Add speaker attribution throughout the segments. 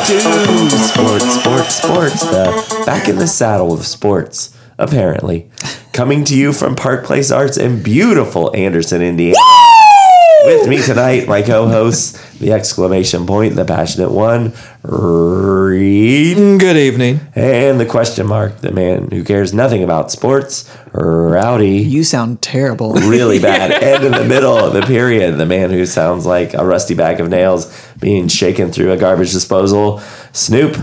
Speaker 1: Sports, sports, sports. The back in the saddle of sports, apparently. Coming to you from Park Place Arts in beautiful Anderson, Indiana. With me tonight, my co-hosts, the exclamation point, the passionate one, Reed,
Speaker 2: Good evening.
Speaker 1: and the question mark, the man who cares nothing about sports, Rowdy.
Speaker 3: You sound terrible.
Speaker 1: Really bad. And in the middle of the period, the man who sounds like a rusty bag of nails being shaken through a garbage disposal, Snoop.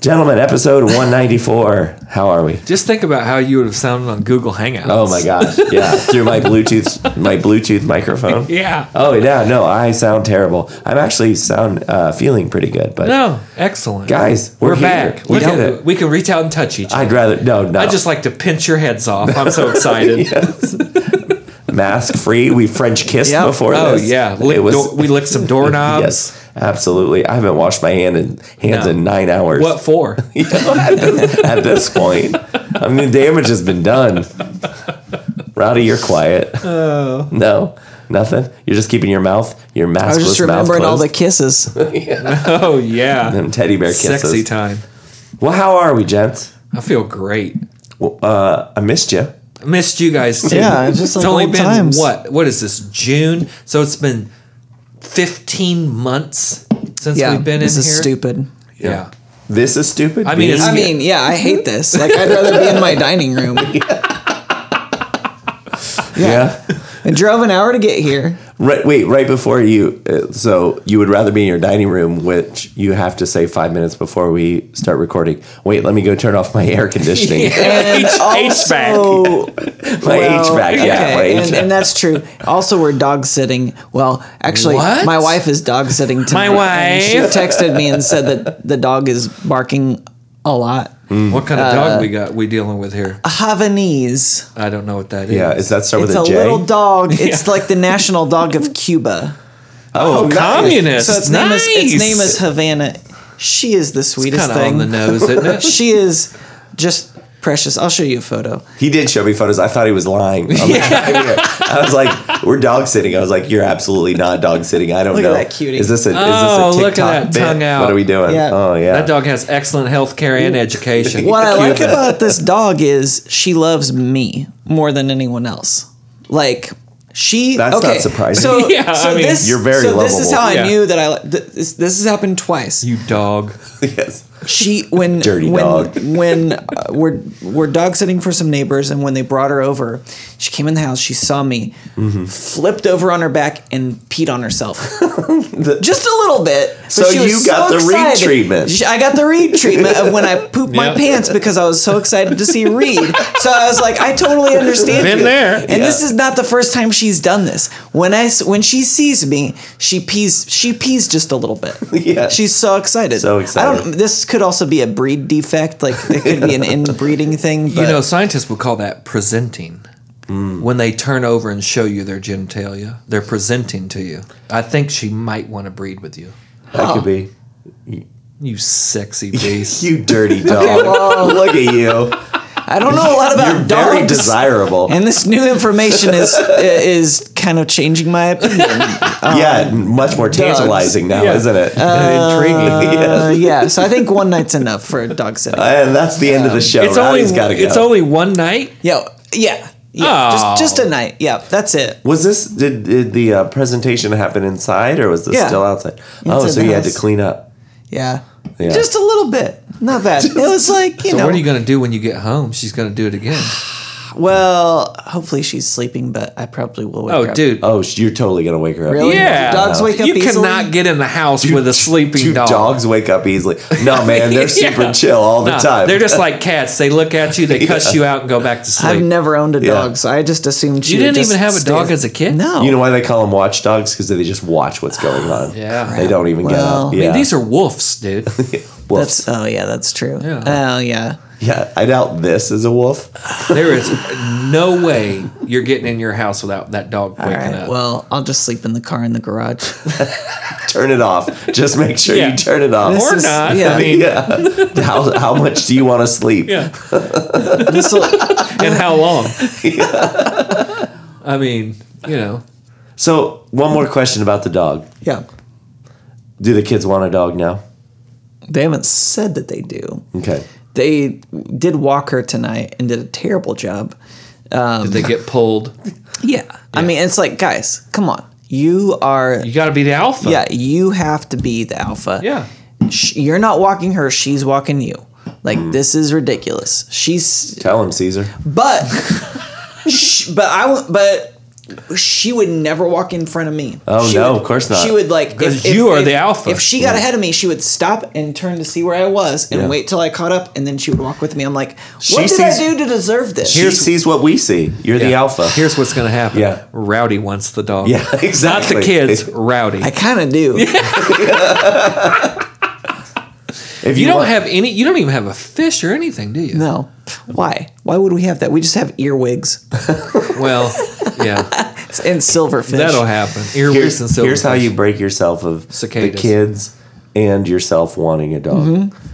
Speaker 1: Gentlemen, episode 194. How are we?
Speaker 2: Just think about how you would have sounded on Google Hangouts.
Speaker 1: Oh my gosh. Yeah, through my Bluetooth my Bluetooth microphone.
Speaker 2: Yeah.
Speaker 1: Oh yeah, no, I sound terrible. I'm actually sound uh, feeling pretty good, but
Speaker 2: No, excellent.
Speaker 1: guys, we're,
Speaker 2: we're,
Speaker 1: here.
Speaker 2: back.
Speaker 1: We
Speaker 2: We,
Speaker 1: did
Speaker 2: can,
Speaker 1: it.
Speaker 2: we can reach out and touch each other.
Speaker 1: I'd rather no, no.
Speaker 2: I, just like to pinch your heads off. I'm so excited.
Speaker 1: mask free. We French kissed
Speaker 3: Yeah.
Speaker 1: before
Speaker 2: Oh,
Speaker 1: this.
Speaker 2: yeah. Lick,
Speaker 1: it was.
Speaker 2: door- we licked some doorknobs.
Speaker 1: yes, absolutely. I haven't washed my hand in, hands
Speaker 2: No.
Speaker 1: in nine hours.
Speaker 2: What for?
Speaker 1: at, this, at this point, I mean, the damage has been done. Rowdy, you're quiet. No, nothing. You're just keeping your mouth, your
Speaker 3: Oh. I
Speaker 1: maskless
Speaker 3: was just remembering all the kisses.
Speaker 2: Oh, yeah.
Speaker 1: them teddy bear kisses.
Speaker 2: Sexy time.
Speaker 1: Well, how are we, gents?
Speaker 2: I feel great.
Speaker 1: Well, uh, I missed you.
Speaker 2: I missed you guys too.
Speaker 3: Yeah, it's just like
Speaker 2: only
Speaker 3: old
Speaker 2: been
Speaker 3: times.
Speaker 2: what? What is this? June? So it's been 15 months since
Speaker 3: Yeah,
Speaker 2: we've been
Speaker 3: this
Speaker 2: in
Speaker 3: is
Speaker 2: here.
Speaker 3: stupid.
Speaker 2: Yeah.
Speaker 1: This is stupid.
Speaker 2: I mean, it's-
Speaker 3: I mean, yeah, I hate this. Like, I'd rather be in my dining room.
Speaker 1: yeah.
Speaker 3: I drove an hour to get here.
Speaker 1: Right, wait, right before you. Uh, so you would rather be in your dining room, which you have to say five minutes before we start recording. Wait, let me go turn off my air conditioning,
Speaker 3: And
Speaker 2: HVAC.
Speaker 3: also,
Speaker 1: my
Speaker 3: Oh, well,
Speaker 1: HVAC. Yeah, my
Speaker 3: okay, and,
Speaker 1: HVAC.
Speaker 3: and that's true. Also, we're dog sitting. Well, actually,
Speaker 2: What?
Speaker 3: my wife is dog sitting tonight. and She
Speaker 2: wife?
Speaker 3: texted me and said that the dog is barking a lot.
Speaker 1: Hmm.
Speaker 2: What kind of dog
Speaker 3: Uh,
Speaker 2: we got? We dealing with here?
Speaker 3: Havanese.
Speaker 2: I don't know what that is.
Speaker 1: yeah, is that start
Speaker 3: It's
Speaker 1: with
Speaker 3: a
Speaker 1: a J?
Speaker 3: little dog. It's like the national dog of Cuba.
Speaker 1: oh,
Speaker 2: communist.
Speaker 3: So its name is its name is Havana. She is the sweetest
Speaker 2: kind of
Speaker 3: thing.
Speaker 2: on the nose, isn't it?
Speaker 3: She is just precious. I'll show you a photo.
Speaker 1: He did show me photos. I thought he was lying. I'm like, I was like, "We're dog sitting." I was like, "You're absolutely not dog sitting." I don't
Speaker 3: Look at
Speaker 1: know.
Speaker 3: that cutie.
Speaker 1: Is this a
Speaker 2: Oh,
Speaker 1: is this a
Speaker 2: look at
Speaker 1: TikTok
Speaker 2: that
Speaker 1: bit?
Speaker 2: tongue out.
Speaker 1: What are we doing?
Speaker 3: Yeah.
Speaker 1: Oh yeah.
Speaker 2: That dog has excellent health care and education.
Speaker 3: What I like
Speaker 1: Cuba.
Speaker 3: about this dog is she loves me more than anyone else. Like she.
Speaker 1: That's not
Speaker 3: okay,
Speaker 1: surprising.
Speaker 3: So,
Speaker 2: Yeah,
Speaker 3: so
Speaker 2: I mean-
Speaker 3: this,
Speaker 1: You're very
Speaker 3: So this is
Speaker 1: lovable.
Speaker 3: how I
Speaker 2: Yeah.
Speaker 3: knew that I. li- th- This, this has happened twice.
Speaker 2: You dog.
Speaker 1: yes.
Speaker 3: she when
Speaker 1: Dirty
Speaker 3: when,
Speaker 1: dog.
Speaker 3: when uh, we're we're dog sitting for some neighbors and when they brought her over she came in the house she saw me
Speaker 1: Mm-hmm.
Speaker 3: flipped over on her back and peed on herself just a little bit but
Speaker 1: So
Speaker 3: she was
Speaker 1: you got the Reed
Speaker 3: excited.
Speaker 1: treatment.
Speaker 3: She- I got the Reed treatment of when I pooped my
Speaker 2: Yeah.
Speaker 3: pants because I was so excited to see Reed so I was like I totally understand
Speaker 2: Been
Speaker 3: you.
Speaker 2: there.
Speaker 3: and this is not the first time she's done this when I s- when she sees me she pees she pees just a little bit
Speaker 1: Yeah.
Speaker 3: she's so excited
Speaker 1: So excited.
Speaker 3: I don't this could also be a breed defect. Like it could be an inbreeding thing. But
Speaker 2: You know, scientists would call that presenting.
Speaker 1: Hmm.
Speaker 2: When they turn over and show you their genitalia, they're presenting to you. I think she might want to breed with you.
Speaker 1: That could
Speaker 2: Oh.
Speaker 1: be.
Speaker 2: You sexy beast.
Speaker 1: You dirty dog.
Speaker 3: well-
Speaker 1: look at you.
Speaker 3: I don't know a lot about
Speaker 1: You're
Speaker 3: dogs.
Speaker 1: very desirable.
Speaker 3: and this new information is is kind of changing my opinion. Uh,
Speaker 1: yeah, much more tantalizing now,
Speaker 2: Yeah. Uh,
Speaker 1: isn't it?
Speaker 2: intriguing.
Speaker 3: Uh, yeah, so I think one night's enough for a dog
Speaker 2: Uh,
Speaker 3: sitting.
Speaker 1: and that's the end of the show.
Speaker 2: It's
Speaker 1: Rowdy's
Speaker 2: only
Speaker 1: got to go.
Speaker 2: it's only one night.
Speaker 3: Yeah, yeah, yeah.
Speaker 2: Oh.
Speaker 3: Just just a night. Yeah, that's it.
Speaker 1: was this did, did the uh, presentation happen inside or was this
Speaker 3: Yeah.
Speaker 1: still outside? oh,
Speaker 3: Inside
Speaker 1: so
Speaker 3: the
Speaker 1: you had to
Speaker 3: house.
Speaker 1: clean up.
Speaker 3: Yeah.
Speaker 1: Yeah.
Speaker 3: just a little bit. Not bad. It was like you
Speaker 2: So
Speaker 3: know.
Speaker 2: what are you going to do when you get home? She's going to do it again.
Speaker 3: well, hopefully she's sleeping, but I probably will wake
Speaker 2: Oh,
Speaker 3: her up.
Speaker 2: dude.
Speaker 1: Oh, sh- you're totally gonna wake her up.
Speaker 3: Really?
Speaker 2: Yeah.
Speaker 3: Dogs wake up
Speaker 2: You
Speaker 3: easily?
Speaker 2: cannot get in the house with a sleeping
Speaker 1: Two
Speaker 2: dog.
Speaker 1: dogs wake up easily. No, man, they're super
Speaker 2: Yeah.
Speaker 1: chill all the
Speaker 2: Nah,
Speaker 1: time.
Speaker 2: They're just like cats. They look at you, they cuss you out, and go back to sleep.
Speaker 3: I've never owned a
Speaker 1: Yeah.
Speaker 3: dog, so I just assumed she
Speaker 2: you
Speaker 3: would
Speaker 2: didn't
Speaker 3: just
Speaker 2: even have a
Speaker 3: stay-
Speaker 2: dog as a kid.
Speaker 3: No,
Speaker 1: you know why they call them watchdogs? Because they just watch what's going on.
Speaker 2: Yeah.
Speaker 1: they don't even
Speaker 3: Well, I
Speaker 1: get up.
Speaker 3: mean,
Speaker 1: Yeah,
Speaker 2: I mean, these are wolves, dude.
Speaker 1: wolves.
Speaker 3: That's oh yeah, that's true.
Speaker 2: Yeah.
Speaker 3: Oh yeah.
Speaker 1: yeah, I doubt this is a wolf.
Speaker 2: there is no way you're getting in your house without that dog
Speaker 3: All
Speaker 2: waking
Speaker 3: right.
Speaker 2: up.
Speaker 3: Well, I'll just sleep in the car in the garage.
Speaker 1: Turn it off. Just make sure
Speaker 2: Yeah.
Speaker 1: you turn it off.
Speaker 3: This
Speaker 2: or
Speaker 3: is-
Speaker 2: not.
Speaker 3: yeah.
Speaker 2: I mean, yeah.
Speaker 1: yeah. How, how much do you want to sleep?
Speaker 3: This will
Speaker 2: And how long? I mean, you know.
Speaker 1: So, one more question about the dog.
Speaker 3: yeah.
Speaker 1: Do the kids want a dog now?
Speaker 3: They haven't said that they do.
Speaker 1: Okay.
Speaker 3: They did walk her tonight and did a terrible job. Um,
Speaker 2: Did they get pulled?
Speaker 3: Yeah. I mean, it's like, guys, come on. You are,
Speaker 2: You got to be the alpha.
Speaker 3: yeah, you have to be the alpha.
Speaker 2: Yeah.
Speaker 3: Sh- You're not walking her, she's walking you. Like, this is ridiculous. She's,
Speaker 1: Tell him, Caesar.
Speaker 3: but, sh- but I, w- but she would never walk in front of me.
Speaker 1: Oh,
Speaker 3: She
Speaker 1: no,
Speaker 3: would-
Speaker 1: of course not.
Speaker 3: She would like, if-
Speaker 2: 'Cause
Speaker 3: if,
Speaker 2: you are
Speaker 3: if-
Speaker 2: the alpha.
Speaker 3: If she got ahead of me, she would stop and turn to see where I was and
Speaker 1: Mm. Yeah.
Speaker 3: wait till I caught up, and then she would walk with me. I'm like, what
Speaker 1: She
Speaker 3: did
Speaker 1: sees-
Speaker 3: I do to deserve this?
Speaker 1: She sees what we see. You're the
Speaker 2: Yeah.
Speaker 1: alpha.
Speaker 2: Here's what's going to happen.
Speaker 1: Yeah.
Speaker 2: Rowdy wants the dog.
Speaker 1: Yeah, exactly.
Speaker 2: Not the kids, Rowdy.
Speaker 3: I kind of do.
Speaker 1: If
Speaker 2: you don't
Speaker 1: want-
Speaker 2: have any, you don't even have a fish or anything, do you?
Speaker 3: No. Why? Why would we have that? We just have earwigs
Speaker 2: Well, yeah.
Speaker 3: and silverfish.
Speaker 2: That'll happen. Earwigs
Speaker 1: here's,
Speaker 2: and silver.
Speaker 1: here's how you break yourself of the
Speaker 2: Cicadas.
Speaker 1: kids and yourself wanting a dog.
Speaker 3: Mm-hmm.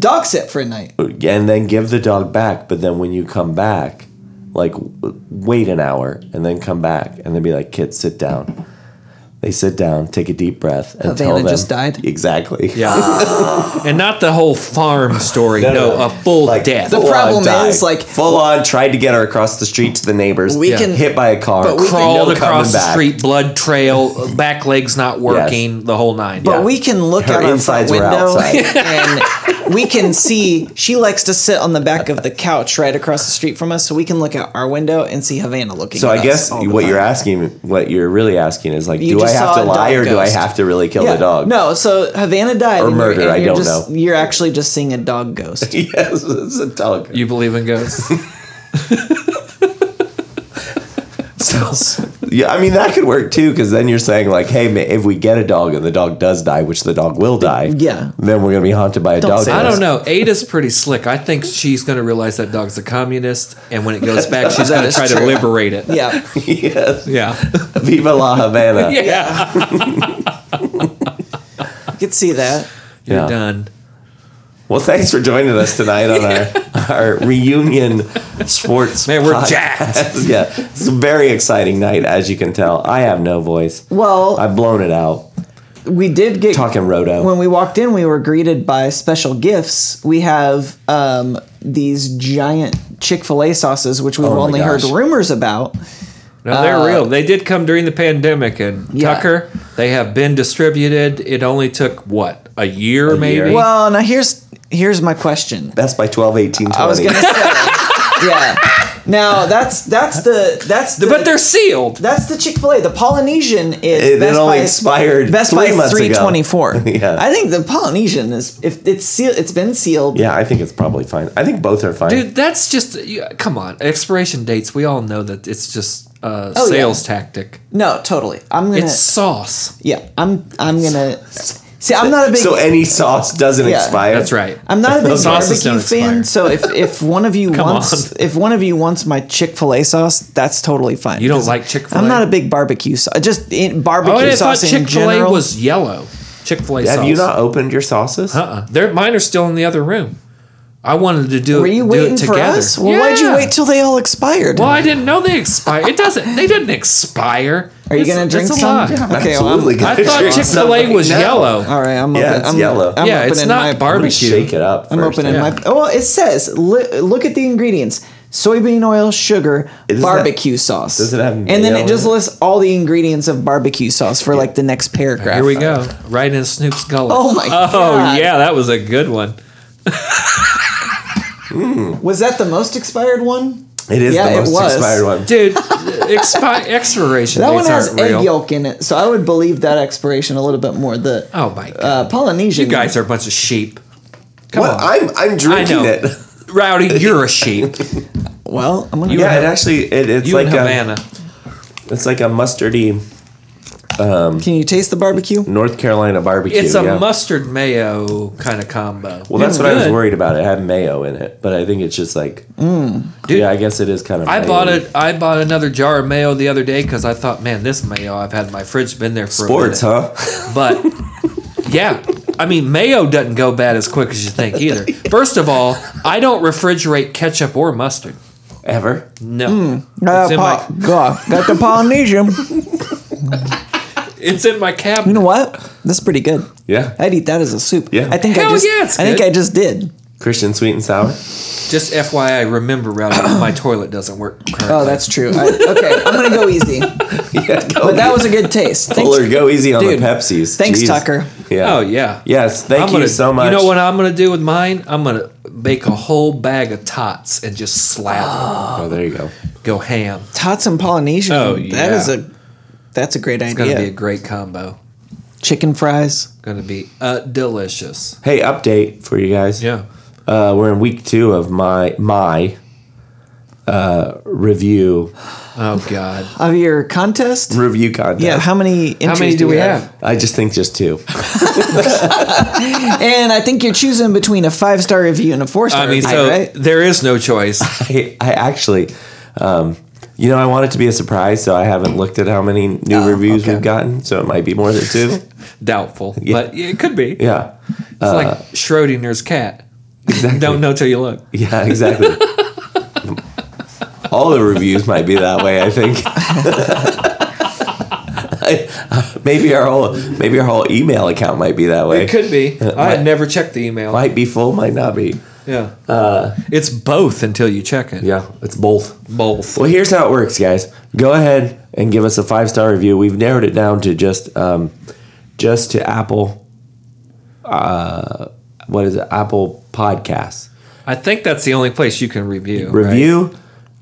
Speaker 3: Dog sit for a night.
Speaker 1: and then give the dog back. But then when you come back, like w- wait an hour and then come back and then be like, kids, sit down. They sit down, take a deep breath, and
Speaker 3: Havana
Speaker 1: tell them
Speaker 3: Oh, just died?
Speaker 1: Exactly.
Speaker 2: Yeah. and not the whole farm story. No,
Speaker 1: no, no.
Speaker 2: a full
Speaker 1: Like,
Speaker 2: death.
Speaker 3: The problem
Speaker 1: died.
Speaker 3: is, like-
Speaker 1: full on tried to get her across the street to the neighbors.
Speaker 3: We
Speaker 1: We
Speaker 3: Yeah.
Speaker 1: can
Speaker 3: can-
Speaker 1: hit by a car,
Speaker 3: but we can-
Speaker 2: Crawled
Speaker 1: no coming
Speaker 2: across the
Speaker 1: back.
Speaker 2: street, blood trail, back legs not working, the whole nine.
Speaker 3: But we can look
Speaker 1: Her
Speaker 3: out our front
Speaker 1: insides were
Speaker 3: window
Speaker 1: outside.
Speaker 3: and we can see she likes to sit on the back of the couch right across the street from us, so we can look out our window and see Havana looking.
Speaker 1: So
Speaker 3: at
Speaker 1: I guess
Speaker 3: us all the
Speaker 1: what
Speaker 3: time.
Speaker 1: you're asking, what you're really asking, is like,
Speaker 3: You
Speaker 1: do I
Speaker 3: just
Speaker 1: have
Speaker 3: saw
Speaker 1: to
Speaker 3: a
Speaker 1: lie
Speaker 3: dog
Speaker 1: or do I
Speaker 3: ghost.
Speaker 1: have to really kill the dog?
Speaker 3: No, so Havana died
Speaker 1: Or
Speaker 3: and you're-
Speaker 1: murder,
Speaker 3: and
Speaker 1: I
Speaker 3: you're
Speaker 1: don't
Speaker 3: just,
Speaker 1: know.
Speaker 3: You're actually just seeing a dog ghost.
Speaker 1: yes, it's a dog.
Speaker 2: you believe in ghosts?
Speaker 1: Yeah, I mean that could work too, because then you're saying like, hey, ma- if we get a dog and the dog does die, which the dog will die,
Speaker 3: Yeah.
Speaker 1: then we're gonna be haunted by a
Speaker 3: Don't
Speaker 1: dog.
Speaker 3: say
Speaker 2: I
Speaker 1: ghost.
Speaker 2: don't know. Ada's pretty slick. I think she's going to realize that dog's a communist, and when it goes back, she's going to
Speaker 3: is
Speaker 2: try to
Speaker 3: true.
Speaker 2: liberate it.
Speaker 3: Yeah.
Speaker 1: yes,
Speaker 2: Yeah.
Speaker 1: Viva La Havana.
Speaker 2: yeah.
Speaker 3: You could see that.
Speaker 2: You're
Speaker 1: Yeah.
Speaker 2: done.
Speaker 1: Well, thanks for joining us tonight on our, our reunion sports.
Speaker 2: Man, we're
Speaker 1: podcast.
Speaker 2: jacked.
Speaker 1: yeah, it's a very exciting night, as you can tell. I have no voice.
Speaker 3: Well,
Speaker 1: I've blown it out
Speaker 3: we did get
Speaker 1: talking roto.
Speaker 3: when we walked in, we were greeted by special gifts. We have um, these giant Chick fil A sauces, which we've
Speaker 1: Oh my
Speaker 3: only
Speaker 1: gosh.
Speaker 3: heard rumors about.
Speaker 2: No, they're
Speaker 3: Uh,
Speaker 2: real. They did come during the pandemic, and
Speaker 3: Yeah.
Speaker 2: Tucker, they have been distributed. It only took what a year, maybe.
Speaker 1: year.
Speaker 3: Well, now here's here's my question.
Speaker 1: That's by 12, 18, 20.
Speaker 3: I was gonna say, yeah. Now that's that's the that's the,
Speaker 2: but they're sealed.
Speaker 3: that's the Chick Fil A. The Polynesian is
Speaker 1: It- it
Speaker 3: Best
Speaker 1: only
Speaker 3: Buy-
Speaker 1: expired
Speaker 3: Best
Speaker 1: three
Speaker 3: Buy
Speaker 1: months ago.
Speaker 3: three twenty four.
Speaker 1: Yeah.
Speaker 3: I think the Polynesian is if it's sealed, it's been sealed.
Speaker 1: yeah, I think it's probably fine. I think both are fine.
Speaker 2: Dude, that's just you- come on. Expiration dates. We all know that it's just uh,
Speaker 3: Oh, yeah.
Speaker 2: sales tactic.
Speaker 3: No, totally. I'm gonna
Speaker 2: It's sauce.
Speaker 3: yeah. I'm I'm gonna see. I'm not a big
Speaker 1: so any sauce doesn't
Speaker 3: Yeah.
Speaker 1: expire.
Speaker 2: That's right.
Speaker 3: I'm not a big
Speaker 2: Those sauces
Speaker 3: barbecue fan,
Speaker 2: don't expire.
Speaker 3: so if, if one of you
Speaker 2: Come
Speaker 3: wants if one of you wants my Chick Fil A sauce, that's totally fine.
Speaker 2: You don't
Speaker 3: 'Cause
Speaker 2: like Chick-fil-A?
Speaker 3: I'm not a big barbecue sauce. Just in barbecue
Speaker 2: Oh, and I thought
Speaker 3: sauce in
Speaker 2: Chick Fil A
Speaker 3: general.
Speaker 2: was yellow. Chick Fil A.
Speaker 1: Have
Speaker 2: sauce.
Speaker 1: you not opened your sauces?
Speaker 2: Uh-uh. They're, mine are still in the other room. I wanted to do
Speaker 3: Were
Speaker 2: it.
Speaker 3: you
Speaker 2: do
Speaker 3: waiting
Speaker 2: it
Speaker 3: for
Speaker 2: together.
Speaker 3: us? Well, why'd
Speaker 2: Yeah.
Speaker 3: you wait till they all expired?
Speaker 2: Well, I didn't know they expired. It doesn't. They didn't expire.
Speaker 3: Are you
Speaker 2: It's-
Speaker 3: gonna drink
Speaker 2: it's a
Speaker 3: some?
Speaker 2: lie.
Speaker 3: Okay,
Speaker 1: Absolutely
Speaker 3: well,
Speaker 2: I
Speaker 1: gonna
Speaker 2: thought
Speaker 1: drink
Speaker 2: Chick Fil A
Speaker 1: something
Speaker 2: was
Speaker 1: now.
Speaker 2: yellow.
Speaker 3: I'm, all right. I'm
Speaker 1: Yeah,
Speaker 3: open,
Speaker 1: it's
Speaker 3: I'm,
Speaker 1: yellow.
Speaker 3: I'm
Speaker 2: Yeah,
Speaker 3: opening
Speaker 2: it's not
Speaker 3: my,
Speaker 1: I'm gonna
Speaker 2: barbecue.
Speaker 1: Shake it up.
Speaker 3: I'm
Speaker 1: first.
Speaker 3: opening
Speaker 2: Yeah.
Speaker 3: my. oh, Well, it says li- look at the ingredients: soybean oil, sugar,
Speaker 1: doesn't
Speaker 3: barbecue sauce.
Speaker 1: does it have
Speaker 3: and then
Speaker 1: mayo
Speaker 3: it just
Speaker 1: in it?
Speaker 3: lists all the ingredients of barbecue sauce for like the next paragraph.
Speaker 2: Here we go. Right in Snoop's gullet.
Speaker 3: Oh my
Speaker 2: Oh
Speaker 3: God.
Speaker 2: yeah, that was a good one.
Speaker 3: Was that the most expired one?
Speaker 1: It is
Speaker 3: Yeah,
Speaker 1: the
Speaker 3: it
Speaker 1: most
Speaker 3: was.
Speaker 1: expired one.
Speaker 2: Dude, expi- expiration
Speaker 3: That one
Speaker 2: dates
Speaker 3: has
Speaker 2: aren't real.
Speaker 3: egg yolk in it, so I would believe that expiration a little bit more. The
Speaker 2: Oh my god.
Speaker 3: uh, Polynesian
Speaker 2: you guys are a bunch of sheep. Come
Speaker 1: What?
Speaker 2: on.
Speaker 1: I'm I'm drinking
Speaker 2: know.
Speaker 1: it.
Speaker 2: Rowdy, you're a sheep.
Speaker 3: Well, I'm gonna.
Speaker 1: Yeah, it actually it, it's
Speaker 2: You
Speaker 1: like uh,
Speaker 2: and
Speaker 1: a
Speaker 2: Havana.
Speaker 1: it's like a mustardy
Speaker 3: Can you taste the barbecue?
Speaker 1: North Carolina barbecue.
Speaker 2: it's a
Speaker 1: yeah.
Speaker 2: mustard mayo kind of combo.
Speaker 1: Well, that's
Speaker 2: It's
Speaker 1: what I was
Speaker 2: good.
Speaker 1: worried about. It had mayo in it, but I think it's just like,
Speaker 3: Mm.
Speaker 2: Dude,
Speaker 1: yeah, I guess it is kind of.
Speaker 2: I
Speaker 1: mayo-y.
Speaker 2: bought it. I bought another jar of mayo the other day because I thought, man, this mayo I've had in my fridge been there for
Speaker 1: Sports,
Speaker 2: a minute.
Speaker 1: huh?
Speaker 2: But yeah, I mean, mayo doesn't go bad as quick as you think either. First of all, I don't refrigerate ketchup or mustard.
Speaker 1: Ever?
Speaker 2: No,
Speaker 3: Uh,
Speaker 2: it's, in
Speaker 3: po-
Speaker 2: my,
Speaker 3: God, got the Polynesian.
Speaker 2: it's in my
Speaker 3: You
Speaker 2: cabinet.
Speaker 3: know what? That's pretty good.
Speaker 1: Yeah.
Speaker 3: I'd eat that as a soup.
Speaker 1: Yeah.
Speaker 3: I think I
Speaker 2: Hell
Speaker 3: just.
Speaker 2: yeah, it's
Speaker 3: I think
Speaker 2: good.
Speaker 3: I just did.
Speaker 1: Christian sweet and sour.
Speaker 2: Just FYI, remember, Rowdy, my toilet doesn't work. Currently.
Speaker 3: Oh, that's true. I, okay, I'm gonna go easy.
Speaker 1: yeah, go
Speaker 3: But that was a good taste. Thanks,
Speaker 1: Fuller, go easy on
Speaker 3: Dude,
Speaker 1: the Pepsis.
Speaker 3: thanks,
Speaker 1: Jeez.
Speaker 3: Tucker.
Speaker 1: Yeah.
Speaker 2: Oh yeah.
Speaker 1: Yes. Thank
Speaker 2: I'm
Speaker 1: you
Speaker 2: gonna-
Speaker 1: so much.
Speaker 2: You know what I'm gonna do with mine? I'm gonna bake a whole bag of tots and just slather,
Speaker 1: Oh, there you go.
Speaker 2: it. go ham.
Speaker 3: Tots and Polynesian.
Speaker 2: Oh,
Speaker 3: That
Speaker 2: yeah.
Speaker 3: is a. That's a great
Speaker 2: It's gonna
Speaker 3: idea.
Speaker 2: be a great combo.
Speaker 3: Chicken fries.
Speaker 2: Gonna be uh, delicious.
Speaker 1: Hey, update for you guys.
Speaker 2: Yeah.
Speaker 1: Uh, we're in week two of my my uh, review
Speaker 2: Oh God.
Speaker 3: Of your contest?
Speaker 1: review contest.
Speaker 3: Yeah, how many entries
Speaker 2: How many do we have?
Speaker 1: I just think just two.
Speaker 3: And I think you're choosing between a five star review and a four star
Speaker 2: I mean,
Speaker 3: review,
Speaker 2: so
Speaker 3: right?
Speaker 2: there is no choice.
Speaker 1: I, I actually, um, you know, I want it to be a surprise, so I haven't looked at how many new reviews
Speaker 3: Oh, okay.
Speaker 1: we've gotten, so it might be more than two.
Speaker 2: Doubtful, but yeah, it could be.
Speaker 1: yeah.
Speaker 2: It's like Schrodinger's cat. Don't know till you look.
Speaker 1: Yeah, exactly. All the reviews might be that way. I think. I- maybe our whole maybe our whole email account might be that way.
Speaker 2: It could be. I had never checked the email.
Speaker 1: Might be full, might not be.
Speaker 2: Yeah. it's both until you check it.
Speaker 1: Yeah, it's both.
Speaker 2: Both.
Speaker 1: Well, here's how it works, guys. Go ahead and give us a five star review. We've narrowed it down to just um, just to Apple. Uh, what is it? Apple Podcasts.
Speaker 2: I think that's the only place you can review. right?
Speaker 1: Review.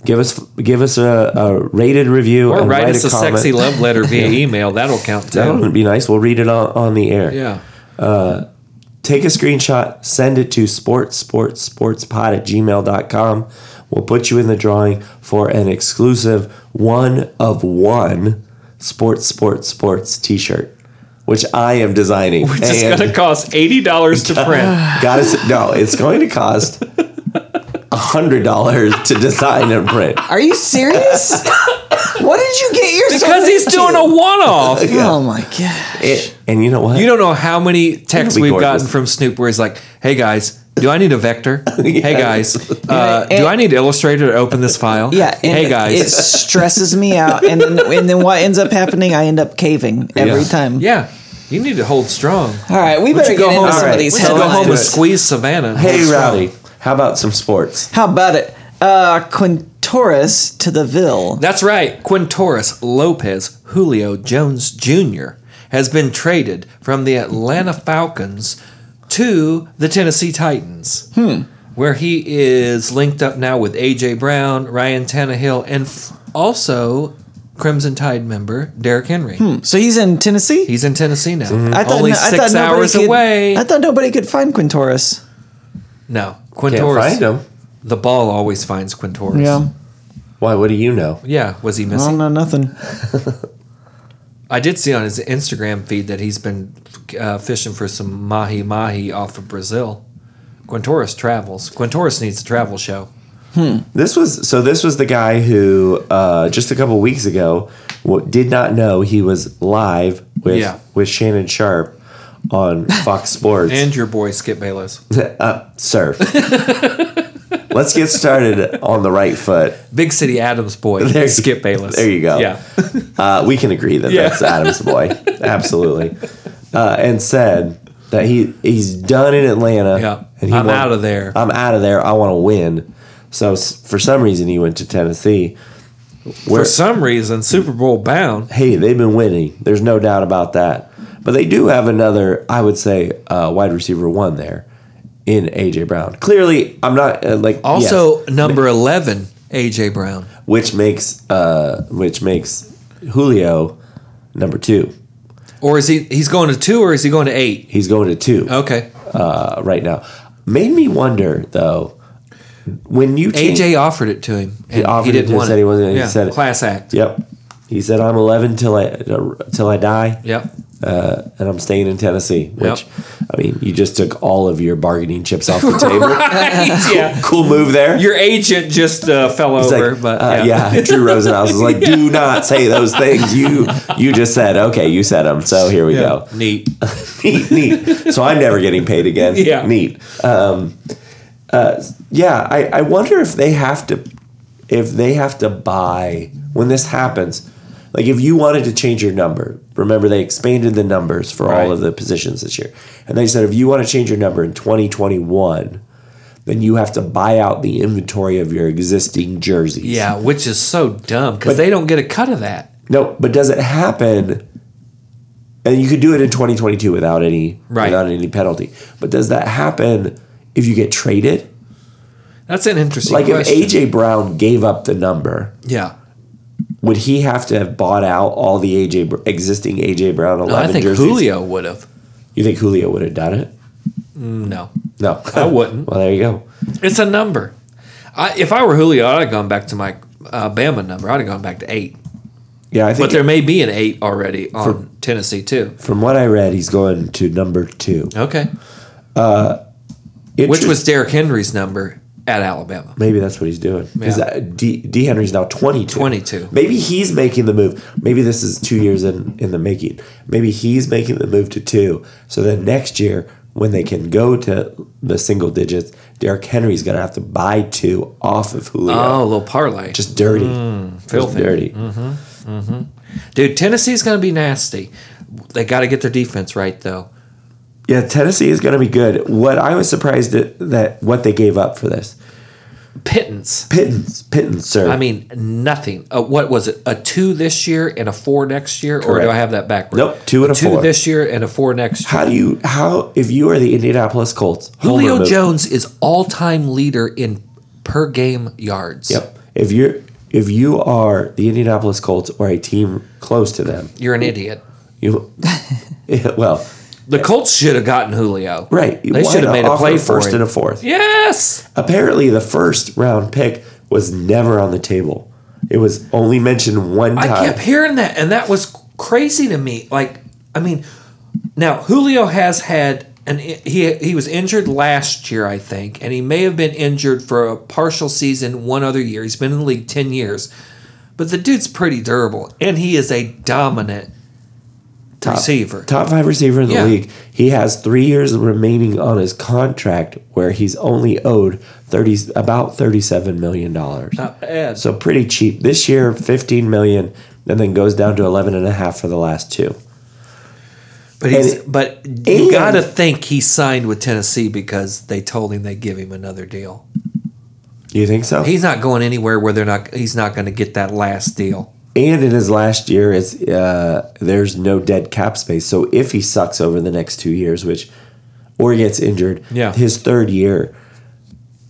Speaker 1: Give us give us a, a rated review
Speaker 2: Or write us a,
Speaker 1: comment.
Speaker 2: sexy love letter via email. That'll count too.
Speaker 1: That would be nice. We'll read it on, on the air.
Speaker 2: yeah.
Speaker 1: Take a screenshot, send it to sports, sports, sports pod at gmail.com. We'll put you in the drawing for an exclusive one of one sports, sports, sports t shirt, which I am designing.
Speaker 2: Which is going to cost eighty dollars to print.
Speaker 1: Got to no, it's going to cost $100 to design and print.
Speaker 3: Are you serious? what did you get yourself?
Speaker 2: Because he's
Speaker 3: into?
Speaker 2: doing a one-off.
Speaker 3: Oh my god!
Speaker 1: It- and you know what?
Speaker 2: You don't know how many texts
Speaker 1: be
Speaker 2: we've
Speaker 1: gorgeous.
Speaker 2: gotten from Snoop where he's like, "Hey guys, do I need a vector? Hey guys, uh, do I need Illustrator to open this file?
Speaker 3: Yeah. and
Speaker 2: Hey guys,
Speaker 3: it stresses me out, and then, and then what ends up happening? I end up caving every
Speaker 1: Yeah.
Speaker 3: time.
Speaker 2: yeah, you need to hold strong.
Speaker 3: All right, we better
Speaker 2: you
Speaker 3: get
Speaker 2: go home-
Speaker 3: into some
Speaker 1: all
Speaker 3: of
Speaker 1: right,
Speaker 3: these
Speaker 2: We should go
Speaker 3: headlines.
Speaker 2: home and squeeze Savannah. and
Speaker 1: hey,
Speaker 2: hold strong.
Speaker 1: Rowdy, how about some sports?
Speaker 3: How about it? Uh, Quintoris to the Ville.
Speaker 2: That's right. Quintoris Lopez Julio Jones Jr. has been traded from the Atlanta Falcons to the Tennessee Titans,
Speaker 3: Hmm.
Speaker 2: where he is linked up now with A.J. Brown, Ryan Tannehill, and f- also Crimson Tide member Derrick Henry.
Speaker 3: So he's in Tennessee.
Speaker 2: He's in Tennessee now.
Speaker 3: Hmm. I thought,
Speaker 2: Only
Speaker 3: no- I thought
Speaker 2: six
Speaker 3: nobody
Speaker 2: hours
Speaker 3: could-
Speaker 2: away.
Speaker 3: I thought nobody could find Quintoris.
Speaker 2: no,
Speaker 1: Can't
Speaker 2: Quintoris.
Speaker 1: find them.
Speaker 2: The ball always finds Quintoris.
Speaker 3: Yeah,
Speaker 1: Why? What do you know?
Speaker 2: Yeah, was he
Speaker 3: I
Speaker 2: missing?
Speaker 3: don't know nothing.
Speaker 2: I did see on his Instagram feed that he's been uh, fishing for some mahi mahi off of Brazil. Quintoris travels. Quintoris needs a travel show.
Speaker 1: This was so. This was the guy who uh, just a couple weeks ago w- did not know he was live with
Speaker 2: Yeah.
Speaker 1: with Shannon Sharp on Fox Sports.
Speaker 2: And your boy Skip Bayless.
Speaker 1: Sir, let's get started on the right foot.
Speaker 2: Big City Adams boy,
Speaker 1: There-
Speaker 2: Skip Bayless.
Speaker 1: there you go.
Speaker 2: Yeah.
Speaker 1: Uh, we can agree that that's Adam's boy, absolutely. Uh, and said that he he's done in Atlanta.
Speaker 2: Yeah.
Speaker 1: and he Uh,
Speaker 2: I'm
Speaker 1: want-
Speaker 2: outta there.
Speaker 1: I'm out of there. I want to win. So s- for some reason he went to Tennessee.
Speaker 2: For
Speaker 1: Where-
Speaker 2: some reason, Super Bowl bound.
Speaker 1: hey, they've been winning. There's no doubt about that. But they do have another, I would say, uh, wide receiver one there in AJ Brown. Clearly, I'm not uh, like
Speaker 2: Also,
Speaker 1: yes,
Speaker 2: number 11, A.J. Brown.
Speaker 1: which makes uh, which makes Julio number two.
Speaker 2: Or is he, he's going to two or is he going to eight?
Speaker 1: He's going to two
Speaker 2: Okay.
Speaker 1: uh, right now. Made me wonder though when you change-
Speaker 2: A.J. offered it to him. And he,
Speaker 1: offered it
Speaker 2: didn't
Speaker 1: to him,
Speaker 2: want
Speaker 1: said
Speaker 2: it.
Speaker 1: he wasn't- he
Speaker 2: yeah.
Speaker 1: said it.
Speaker 2: Class act.
Speaker 1: Yep, he said I'm 11 till I till I die.
Speaker 2: Yep.
Speaker 1: uh, and I'm staying in Tennessee.
Speaker 2: Yep.
Speaker 1: Which, I mean, you just took all of your bargaining chips off the table.
Speaker 2: Right, yeah.
Speaker 1: Cool move there.
Speaker 2: Your agent just uh, fell
Speaker 1: It's like,
Speaker 2: over, but
Speaker 1: uh,
Speaker 2: yeah.
Speaker 1: yeah. Drew Rosenhaus is like, do not say those things. You you just said okay, you said them. So here we go.
Speaker 2: neat.
Speaker 1: neat, neat. So I'm never getting paid again.
Speaker 2: Yeah.
Speaker 1: neat. Um, uh, yeah, I, I wonder if they have to if they have to buy when this happens. Like if you wanted to change your number, remember they expanded the numbers for
Speaker 2: Right.
Speaker 1: all of the positions this year. And they said if you want to change your number in 2021, then you have to buy out the inventory of your existing jerseys.
Speaker 2: Yeah, which is so dumb because they don't get a cut of that.
Speaker 1: No, but does it happen? And you could do it in 2022 without any
Speaker 2: Right.
Speaker 1: without any penalty. But does that happen if you get traded?
Speaker 2: That's an interesting
Speaker 1: Like
Speaker 2: question.
Speaker 1: if AJ Brown gave up the number,
Speaker 2: yeah,
Speaker 1: would he have to have bought out all the AJ Br- existing AJ Brown 11
Speaker 2: no, I think
Speaker 1: jerseys?
Speaker 2: Julio would have.
Speaker 1: You think Julio would have done it?
Speaker 2: No,
Speaker 1: No,
Speaker 2: I wouldn't.
Speaker 1: well, there you go.
Speaker 2: it's a number. I, if I were Julio, I'd have gone back to my uh, Bama number. I'd have gone back to eight.
Speaker 1: Yeah, I think
Speaker 2: But there may be an eight already on Tennessee too.
Speaker 1: from what I read, he's going to number two,
Speaker 2: Okay, which
Speaker 1: Interest-
Speaker 2: was Derrick Henry's number at Alabama.
Speaker 1: Maybe that's what he's doing. Because uh,
Speaker 2: Yeah.
Speaker 1: D, D Henry's now 22.
Speaker 2: 22.
Speaker 1: Maybe he's making the move. Maybe this is two years in, in the making. Maybe he's making the move to two. So then next year, when they can go to the single digits, Derrick Henry's going to have to buy two off of Julio.
Speaker 2: Oh, a little parlay.
Speaker 1: Just dirty. Just
Speaker 2: filthy. Mm.
Speaker 1: dirty.
Speaker 2: Dude, Tennessee's going to be nasty. They got to get their defense right, though.
Speaker 1: Yeah, Tennessee is going to be good. What I was surprised at that what they gave up for this
Speaker 2: Pittance.
Speaker 1: pittance, pittance, sir.
Speaker 2: I mean, nothing. Uh, what was it? A two this year and a four next year, or do
Speaker 1: Correct.
Speaker 2: I have that backwards?
Speaker 1: Nope, two and a
Speaker 2: two
Speaker 1: four.
Speaker 2: this year and a four next. year.
Speaker 1: how do you how if you are the Indianapolis Colts? Homer
Speaker 2: Julio
Speaker 1: move-
Speaker 2: Jones is all-time leader in per game yards.
Speaker 1: Yep. If you're if you are the Indianapolis Colts or a team close to them,
Speaker 2: You're an idiot.
Speaker 1: you yeah, well,
Speaker 2: The Colts should have gotten Julio.
Speaker 1: right.
Speaker 2: They
Speaker 1: Why
Speaker 2: should
Speaker 1: not
Speaker 2: have made a
Speaker 1: offer
Speaker 2: play for
Speaker 1: first
Speaker 2: him.
Speaker 1: and a fourth.
Speaker 2: yes.
Speaker 1: Apparently, the first round pick was never on the table. It was only mentioned one time.
Speaker 2: I kept hearing that, and that was crazy to me. Like, I mean, now Julio has had an he he was injured last year, I think, and he may have been injured for a partial season one other year. He's been in the league ten years, but the dude's pretty durable, and he is a dominant
Speaker 1: top
Speaker 2: receiver.
Speaker 1: top five receiver in the
Speaker 2: Yeah.
Speaker 1: league. He has three years remaining on his contract, where he's only owed thirty about thirty seven million dollars.
Speaker 2: Not bad.
Speaker 1: So pretty cheap this year, fifteen million, and then goes down to eleven and a half for the last two.
Speaker 2: But he's
Speaker 1: And-
Speaker 2: but you
Speaker 1: and-
Speaker 2: gotta think he signed with Tennessee because they told him they give him another deal.
Speaker 1: You think so?
Speaker 2: He's not going anywhere where they're not. He's not going to get that last deal.
Speaker 1: and in his last year, it's uh, there's no dead cap space. So if he sucks over the next two years, which or he gets injured,
Speaker 2: Yeah.
Speaker 1: his third year,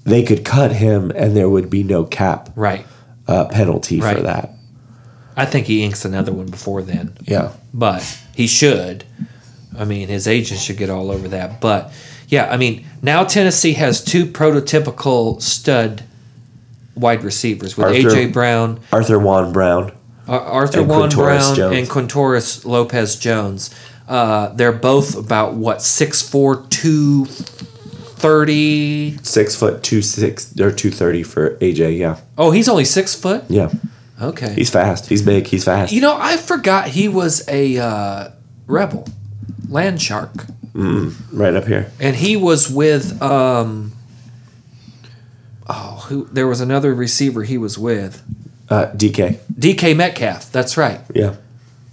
Speaker 1: they could cut him, and there would be no cap
Speaker 2: Right.
Speaker 1: uh, penalty for
Speaker 2: Right.
Speaker 1: that.
Speaker 2: I think he inks another one before then,
Speaker 1: Yeah.
Speaker 2: but he should. I mean, his agent should get all over that. But yeah, I mean, now Tennessee has two prototypical stud wide receivers with
Speaker 1: Arthur-
Speaker 2: AJ Brown,
Speaker 1: Arthur Juan Brown.
Speaker 2: Ar- Arthur
Speaker 1: And
Speaker 2: Juan
Speaker 1: Quintoris
Speaker 2: Brown,
Speaker 1: Jones.
Speaker 2: and Quintoris Lopez Jones. Uh, they're both about what six four two thirty.
Speaker 1: Six foot two six or two thirty for AJ, yeah.
Speaker 2: Oh, he's only six foot.
Speaker 1: Yeah.
Speaker 2: Okay,
Speaker 1: He's fast. He's big, he's fast.
Speaker 2: You know, I forgot he was a uh, rebel, land shark,
Speaker 1: Right up here.
Speaker 2: and he was with um. Oh, who? There was another receiver he was with.
Speaker 1: Uh, DK.
Speaker 2: DK Metcalf. That's right.
Speaker 1: Yeah.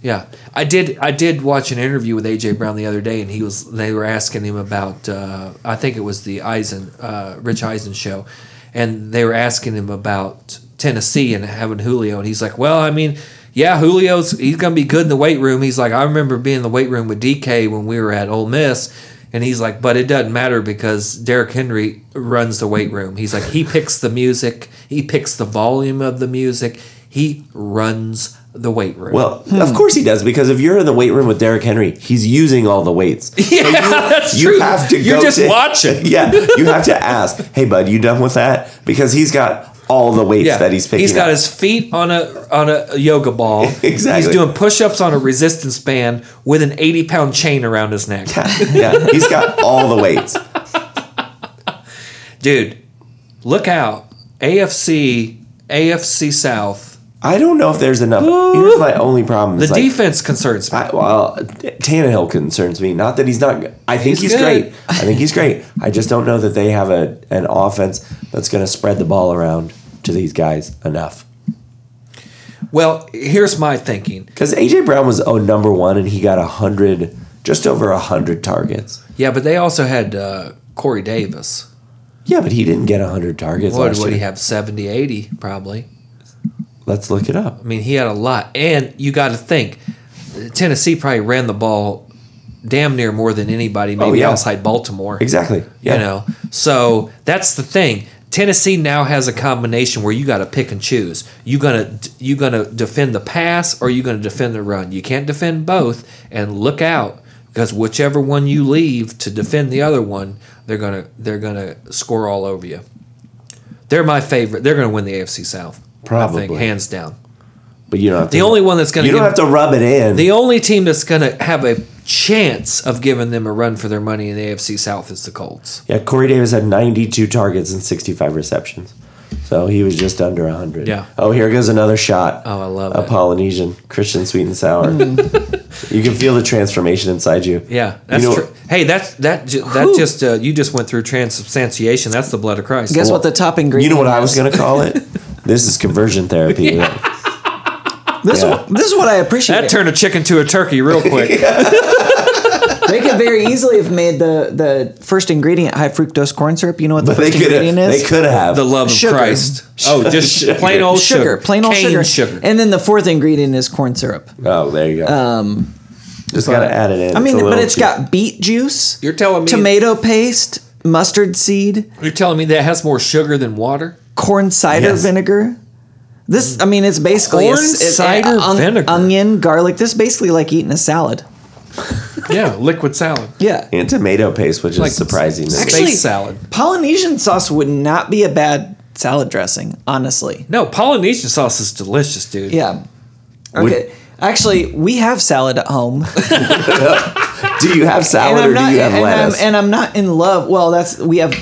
Speaker 2: Yeah, I did. I did watch an interview with AJ Brown the other day, and he was. They were asking him about. Uh, I think it was the Eisen, uh, Rich Eisen show, and they were asking him about Tennessee and having Julio, and he's like, "Well, I mean, yeah, Julio's he's gonna be good in the weight room." He's like, "I remember being in the weight room with DK when we were at Ole Miss." And he's like, but it doesn't matter because Derrick Henry runs the weight room. He's like, he picks the music, he picks the volume of the music, he runs the weight room.
Speaker 1: Well,
Speaker 2: Hmm.
Speaker 1: of course he does because if you're in the weight room with Derrick Henry, he's using all the weights.
Speaker 2: Yeah, that's
Speaker 1: you
Speaker 2: true.
Speaker 1: have to
Speaker 2: You're
Speaker 1: go
Speaker 2: just
Speaker 1: to-
Speaker 2: watching.
Speaker 1: yeah, you have to ask, "Hey bud, you done with that?" because he's got all the weights
Speaker 2: Yeah,
Speaker 1: that he's picking
Speaker 2: He's got
Speaker 1: up.
Speaker 2: his feet on a on a yoga ball.
Speaker 1: Exactly.
Speaker 2: He's doing push-ups on a resistance band with an 80-pound chain around his neck.
Speaker 1: yeah, he's got all the weights.
Speaker 2: Dude, look out. AFC AFC South.
Speaker 1: I don't know if there's enough. Here's my only problem.
Speaker 2: The
Speaker 1: is, like,
Speaker 2: defense concerns me.
Speaker 1: I, well, Tannehill concerns me. Not that he's not. I think
Speaker 2: He's
Speaker 1: he's,
Speaker 2: good.
Speaker 1: great. I think he's great. I just don't know that they have a an offense that's going to spread the ball around to these guys enough.
Speaker 2: Well, here's my thinking.
Speaker 1: Because AJ Brown was oh number one, and he got a hundred, just over a hundred targets.
Speaker 2: Yeah, but they also had uh, Corey Davis.
Speaker 1: Yeah, but he didn't get a hundred targets
Speaker 2: What
Speaker 1: last
Speaker 2: would
Speaker 1: year.
Speaker 2: he have? 70, 80, probably.
Speaker 1: Let's look it up.
Speaker 2: I mean, he had a lot. And you got to think, Tennessee probably ran the ball damn near more than anybody, maybe
Speaker 1: Oh, yeah.
Speaker 2: outside Baltimore.
Speaker 1: Exactly. Yeah.
Speaker 2: You know, so that's the thing. Tennessee now has a combination where you got to pick and choose. You gonna you gonna defend the pass or you gonna defend the run. You can't defend both. And look out because whichever one you leave to defend the other one, they're gonna they're gonna score all over you. They're my favorite. They're gonna win the AFC South. I
Speaker 1: Probably.
Speaker 2: think, hands down.
Speaker 1: But you don't have to.
Speaker 2: The only one that's gonna
Speaker 1: you don't
Speaker 2: give-
Speaker 1: have to rub it in.
Speaker 2: the only team that's going to have a chance of giving them a run for their money in the AFC South is the Colts.
Speaker 1: yeah, Corey Davis had 92 targets and 65 receptions. So he was just under 100.
Speaker 2: Yeah.
Speaker 1: Oh, here goes another shot.
Speaker 2: Oh, I love
Speaker 1: A
Speaker 2: it. Mm.
Speaker 1: Polynesian, Christian sweet and sour. you can feel the transformation inside you.
Speaker 2: Yeah, that's
Speaker 1: you know,
Speaker 2: true. Hey, that's that ju- that just uh, you just went through transubstantiation. That's the blood of Christ.
Speaker 3: Guess what the top ingredient?
Speaker 1: You know what I
Speaker 3: is?
Speaker 1: was going to call it? this is conversion therapy.
Speaker 3: This,
Speaker 1: Yeah.
Speaker 3: this is what I appreciate.
Speaker 2: That turned a chicken to a turkey real quick.
Speaker 3: They could very easily have made the the first ingredient high fructose corn syrup. You know what the
Speaker 1: But they
Speaker 3: first
Speaker 1: could have.
Speaker 3: ingredient is?
Speaker 1: They could have.
Speaker 2: The love of
Speaker 3: Sugar.
Speaker 2: Christ. Oh, just
Speaker 1: Sugar.
Speaker 2: plain old sugar.
Speaker 3: sugar, plain old
Speaker 2: Cane
Speaker 3: sugar.
Speaker 2: sugar.
Speaker 3: And then the fourth ingredient is corn syrup.
Speaker 1: Oh, there you go. Um, Just got to add it in.
Speaker 3: I mean,
Speaker 1: a
Speaker 3: but
Speaker 1: little
Speaker 3: it's
Speaker 1: too-
Speaker 3: got beet juice.
Speaker 2: You're telling me-
Speaker 3: tomato paste, mustard seed,
Speaker 2: You're telling me that has more sugar than water?
Speaker 3: corn cider
Speaker 1: Yes.
Speaker 3: vinegar. This, I mean, it's basically
Speaker 2: Corn
Speaker 3: it's, it's
Speaker 2: cider
Speaker 3: on-
Speaker 2: vinegar.
Speaker 3: onion, garlic. This is basically like eating a salad.
Speaker 2: Yeah, liquid salad.
Speaker 3: Yeah,
Speaker 1: and tomato paste, which
Speaker 2: Like
Speaker 1: is surprising.
Speaker 2: s-
Speaker 1: Actually,
Speaker 2: space salad.
Speaker 3: Polynesian sauce would not be a bad salad dressing, honestly.
Speaker 2: No, Polynesian sauce is delicious, dude.
Speaker 3: Yeah. Okay.
Speaker 1: Would-
Speaker 3: Actually, we have salad at home,
Speaker 1: do you have
Speaker 3: and
Speaker 1: salad
Speaker 3: I'm
Speaker 1: or
Speaker 3: not,
Speaker 1: do you have
Speaker 3: and, I'm,
Speaker 1: lettuce?
Speaker 3: and I'm not in love. Well, that's we have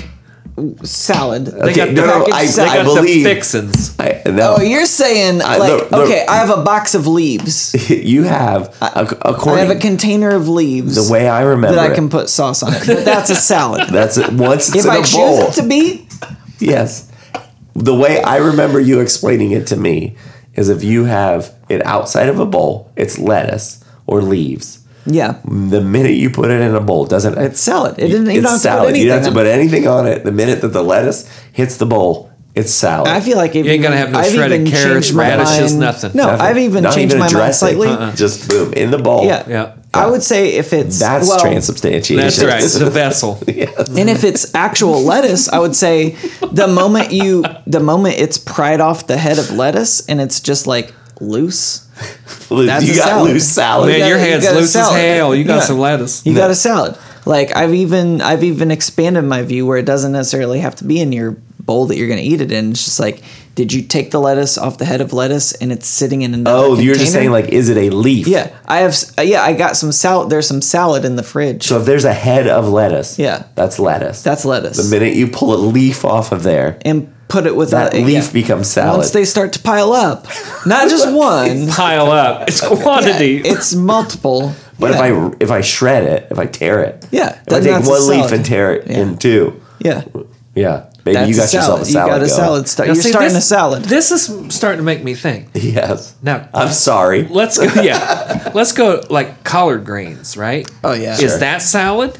Speaker 3: salad.
Speaker 2: They got
Speaker 1: Okay, no,
Speaker 2: the-
Speaker 1: no,
Speaker 3: packaged
Speaker 1: I,
Speaker 2: They
Speaker 3: salad.
Speaker 2: got
Speaker 1: I believe.
Speaker 2: the fixins.
Speaker 1: I, no,
Speaker 3: Oh, you're saying
Speaker 1: I-
Speaker 3: like
Speaker 1: the- the-
Speaker 3: okay? I have a box of leaves.
Speaker 1: you have, ac-
Speaker 3: I
Speaker 1: according
Speaker 3: have a container of leaves.
Speaker 1: the way I remember
Speaker 3: that I
Speaker 1: it,
Speaker 3: can put sauce on it, but that's a salad.
Speaker 1: that's it. Once it's
Speaker 3: if
Speaker 1: in
Speaker 3: I
Speaker 1: a
Speaker 3: choose
Speaker 1: bowl,
Speaker 3: it to be,
Speaker 1: yes. The way I remember you explaining it to me is if you have it outside of a bowl, it's lettuce or leaves.
Speaker 3: yeah,
Speaker 1: The minute you put it in a bowl, it doesn't
Speaker 3: It's salad. It didn't- you
Speaker 1: it's
Speaker 3: don't have to put
Speaker 1: salad. you don't have to
Speaker 3: anything
Speaker 1: put anything on it. The minute that the lettuce hits the bowl, it's salad.
Speaker 3: I feel like if
Speaker 2: You ain't gonna have no shredded carrots, radishes, nothing. Uh-uh.
Speaker 3: No,
Speaker 1: Nothing.
Speaker 3: Oh, I've even
Speaker 1: Not
Speaker 3: changed
Speaker 1: even a
Speaker 3: my mind
Speaker 1: dressing.
Speaker 3: slightly.
Speaker 1: Just boom in the bowl.
Speaker 3: Yeah.
Speaker 2: Yeah.
Speaker 3: I would say if it's
Speaker 1: That's
Speaker 3: well,
Speaker 1: transubstantiation.
Speaker 2: That's right. The vessel.
Speaker 3: and if it's actual lettuce, I would say the moment you the moment it's pried off the head of lettuce and it's just like loose,
Speaker 1: Loose-
Speaker 3: That's
Speaker 1: you
Speaker 3: a
Speaker 1: got
Speaker 3: salad.
Speaker 1: loose salad.
Speaker 2: Man,
Speaker 3: got-
Speaker 2: your
Speaker 3: you
Speaker 2: hand's
Speaker 3: got a
Speaker 2: loose as
Speaker 3: salad.
Speaker 2: hell. You got
Speaker 3: Yeah.
Speaker 2: some lettuce.
Speaker 3: you got a salad. Like I've even I've even expanded my view where it doesn't necessarily have to be in your bowl that you're going to eat it in. It's just like, did you take the lettuce off the head of lettuce and it's sitting in another?
Speaker 1: oh, you're just
Speaker 3: container?
Speaker 1: saying like, is it a leaf?
Speaker 3: yeah. I have s- uh, yeah. I got some salad. There's some salad in the fridge.
Speaker 1: So if there's a head of lettuce,
Speaker 3: Yeah.
Speaker 1: that's lettuce.
Speaker 3: That's lettuce.
Speaker 1: the minute you pull a leaf off of there,
Speaker 3: and put it with
Speaker 1: that
Speaker 3: a,
Speaker 1: leaf
Speaker 3: yeah.
Speaker 1: becomes salad.
Speaker 3: Once they start to pile up, not just one.
Speaker 2: pile up. It's quantity.
Speaker 3: It's multiple.
Speaker 1: but
Speaker 3: yeah.
Speaker 1: if I if I shred it, if I tear it,
Speaker 3: Yeah,
Speaker 1: if I
Speaker 3: then
Speaker 1: take
Speaker 3: that's a
Speaker 1: one leaf
Speaker 3: salad.
Speaker 1: and tear it
Speaker 3: Yeah.
Speaker 1: in two,
Speaker 3: yeah,
Speaker 1: yeah, maybe
Speaker 3: that's
Speaker 1: you got
Speaker 3: a salad.
Speaker 1: yourself a salad.
Speaker 3: You got a
Speaker 1: going.
Speaker 3: salad. Start,
Speaker 2: Now,
Speaker 3: you're
Speaker 2: see,
Speaker 3: starting
Speaker 2: this-
Speaker 3: a salad.
Speaker 2: This is starting to make me think.
Speaker 1: Yes.
Speaker 2: Now-
Speaker 1: I'm sorry.
Speaker 2: Let's go. Yeah, let's go. Like collard greens, right?
Speaker 3: Oh, yeah. Um,
Speaker 2: Is
Speaker 1: Sure.
Speaker 2: that salad?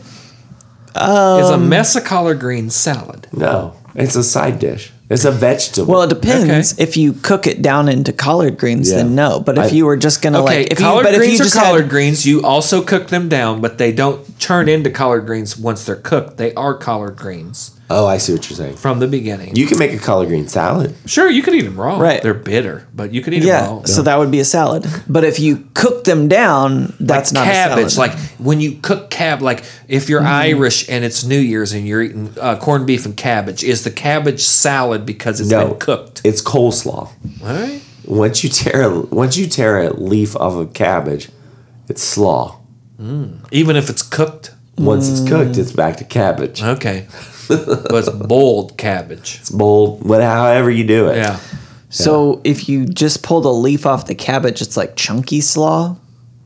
Speaker 2: is a mess of collard greens salad?
Speaker 1: No, it's a side dish. It's a vegetable.
Speaker 3: Well, it depends.
Speaker 2: Okay.
Speaker 3: If you cook it down into collard greens,
Speaker 1: Yeah.
Speaker 3: then no. But if
Speaker 1: I-
Speaker 3: you were just gonna
Speaker 2: Okay,
Speaker 3: like, if
Speaker 2: collard
Speaker 3: you, but
Speaker 2: greens
Speaker 3: if you
Speaker 2: are
Speaker 3: just
Speaker 2: collard
Speaker 3: had,
Speaker 2: greens. You also cook them down, but they don't turn into collard greens once they're cooked. They are collard greens
Speaker 1: oh, I see what you're saying.
Speaker 2: from the beginning.
Speaker 1: You can make a collard green salad.
Speaker 2: sure, you could eat them raw.
Speaker 3: Right.
Speaker 2: They're bitter, but you could eat
Speaker 3: yeah,
Speaker 2: them raw.
Speaker 3: so that would be a salad. But if you cook them down, that's not
Speaker 2: cabbage.
Speaker 3: a salad. Mm-hmm.
Speaker 2: Like when you cook cab, like if you're Irish and it's New Year's and you're eating uh, corned beef and cabbage, is the cabbage salad because it's
Speaker 1: No,
Speaker 2: been cooked?
Speaker 1: It's coleslaw.
Speaker 2: All right.
Speaker 1: Once you tear a, once you tear a leaf off a cabbage, it's slaw.
Speaker 2: Even if it's cooked.
Speaker 1: Once it's cooked, it's back to cabbage.
Speaker 2: Okay. but it's boiled cabbage.
Speaker 1: It's bold, what however you do it.
Speaker 2: Yeah.
Speaker 3: so, if you just pull the leaf off the cabbage, it's like chunky slaw.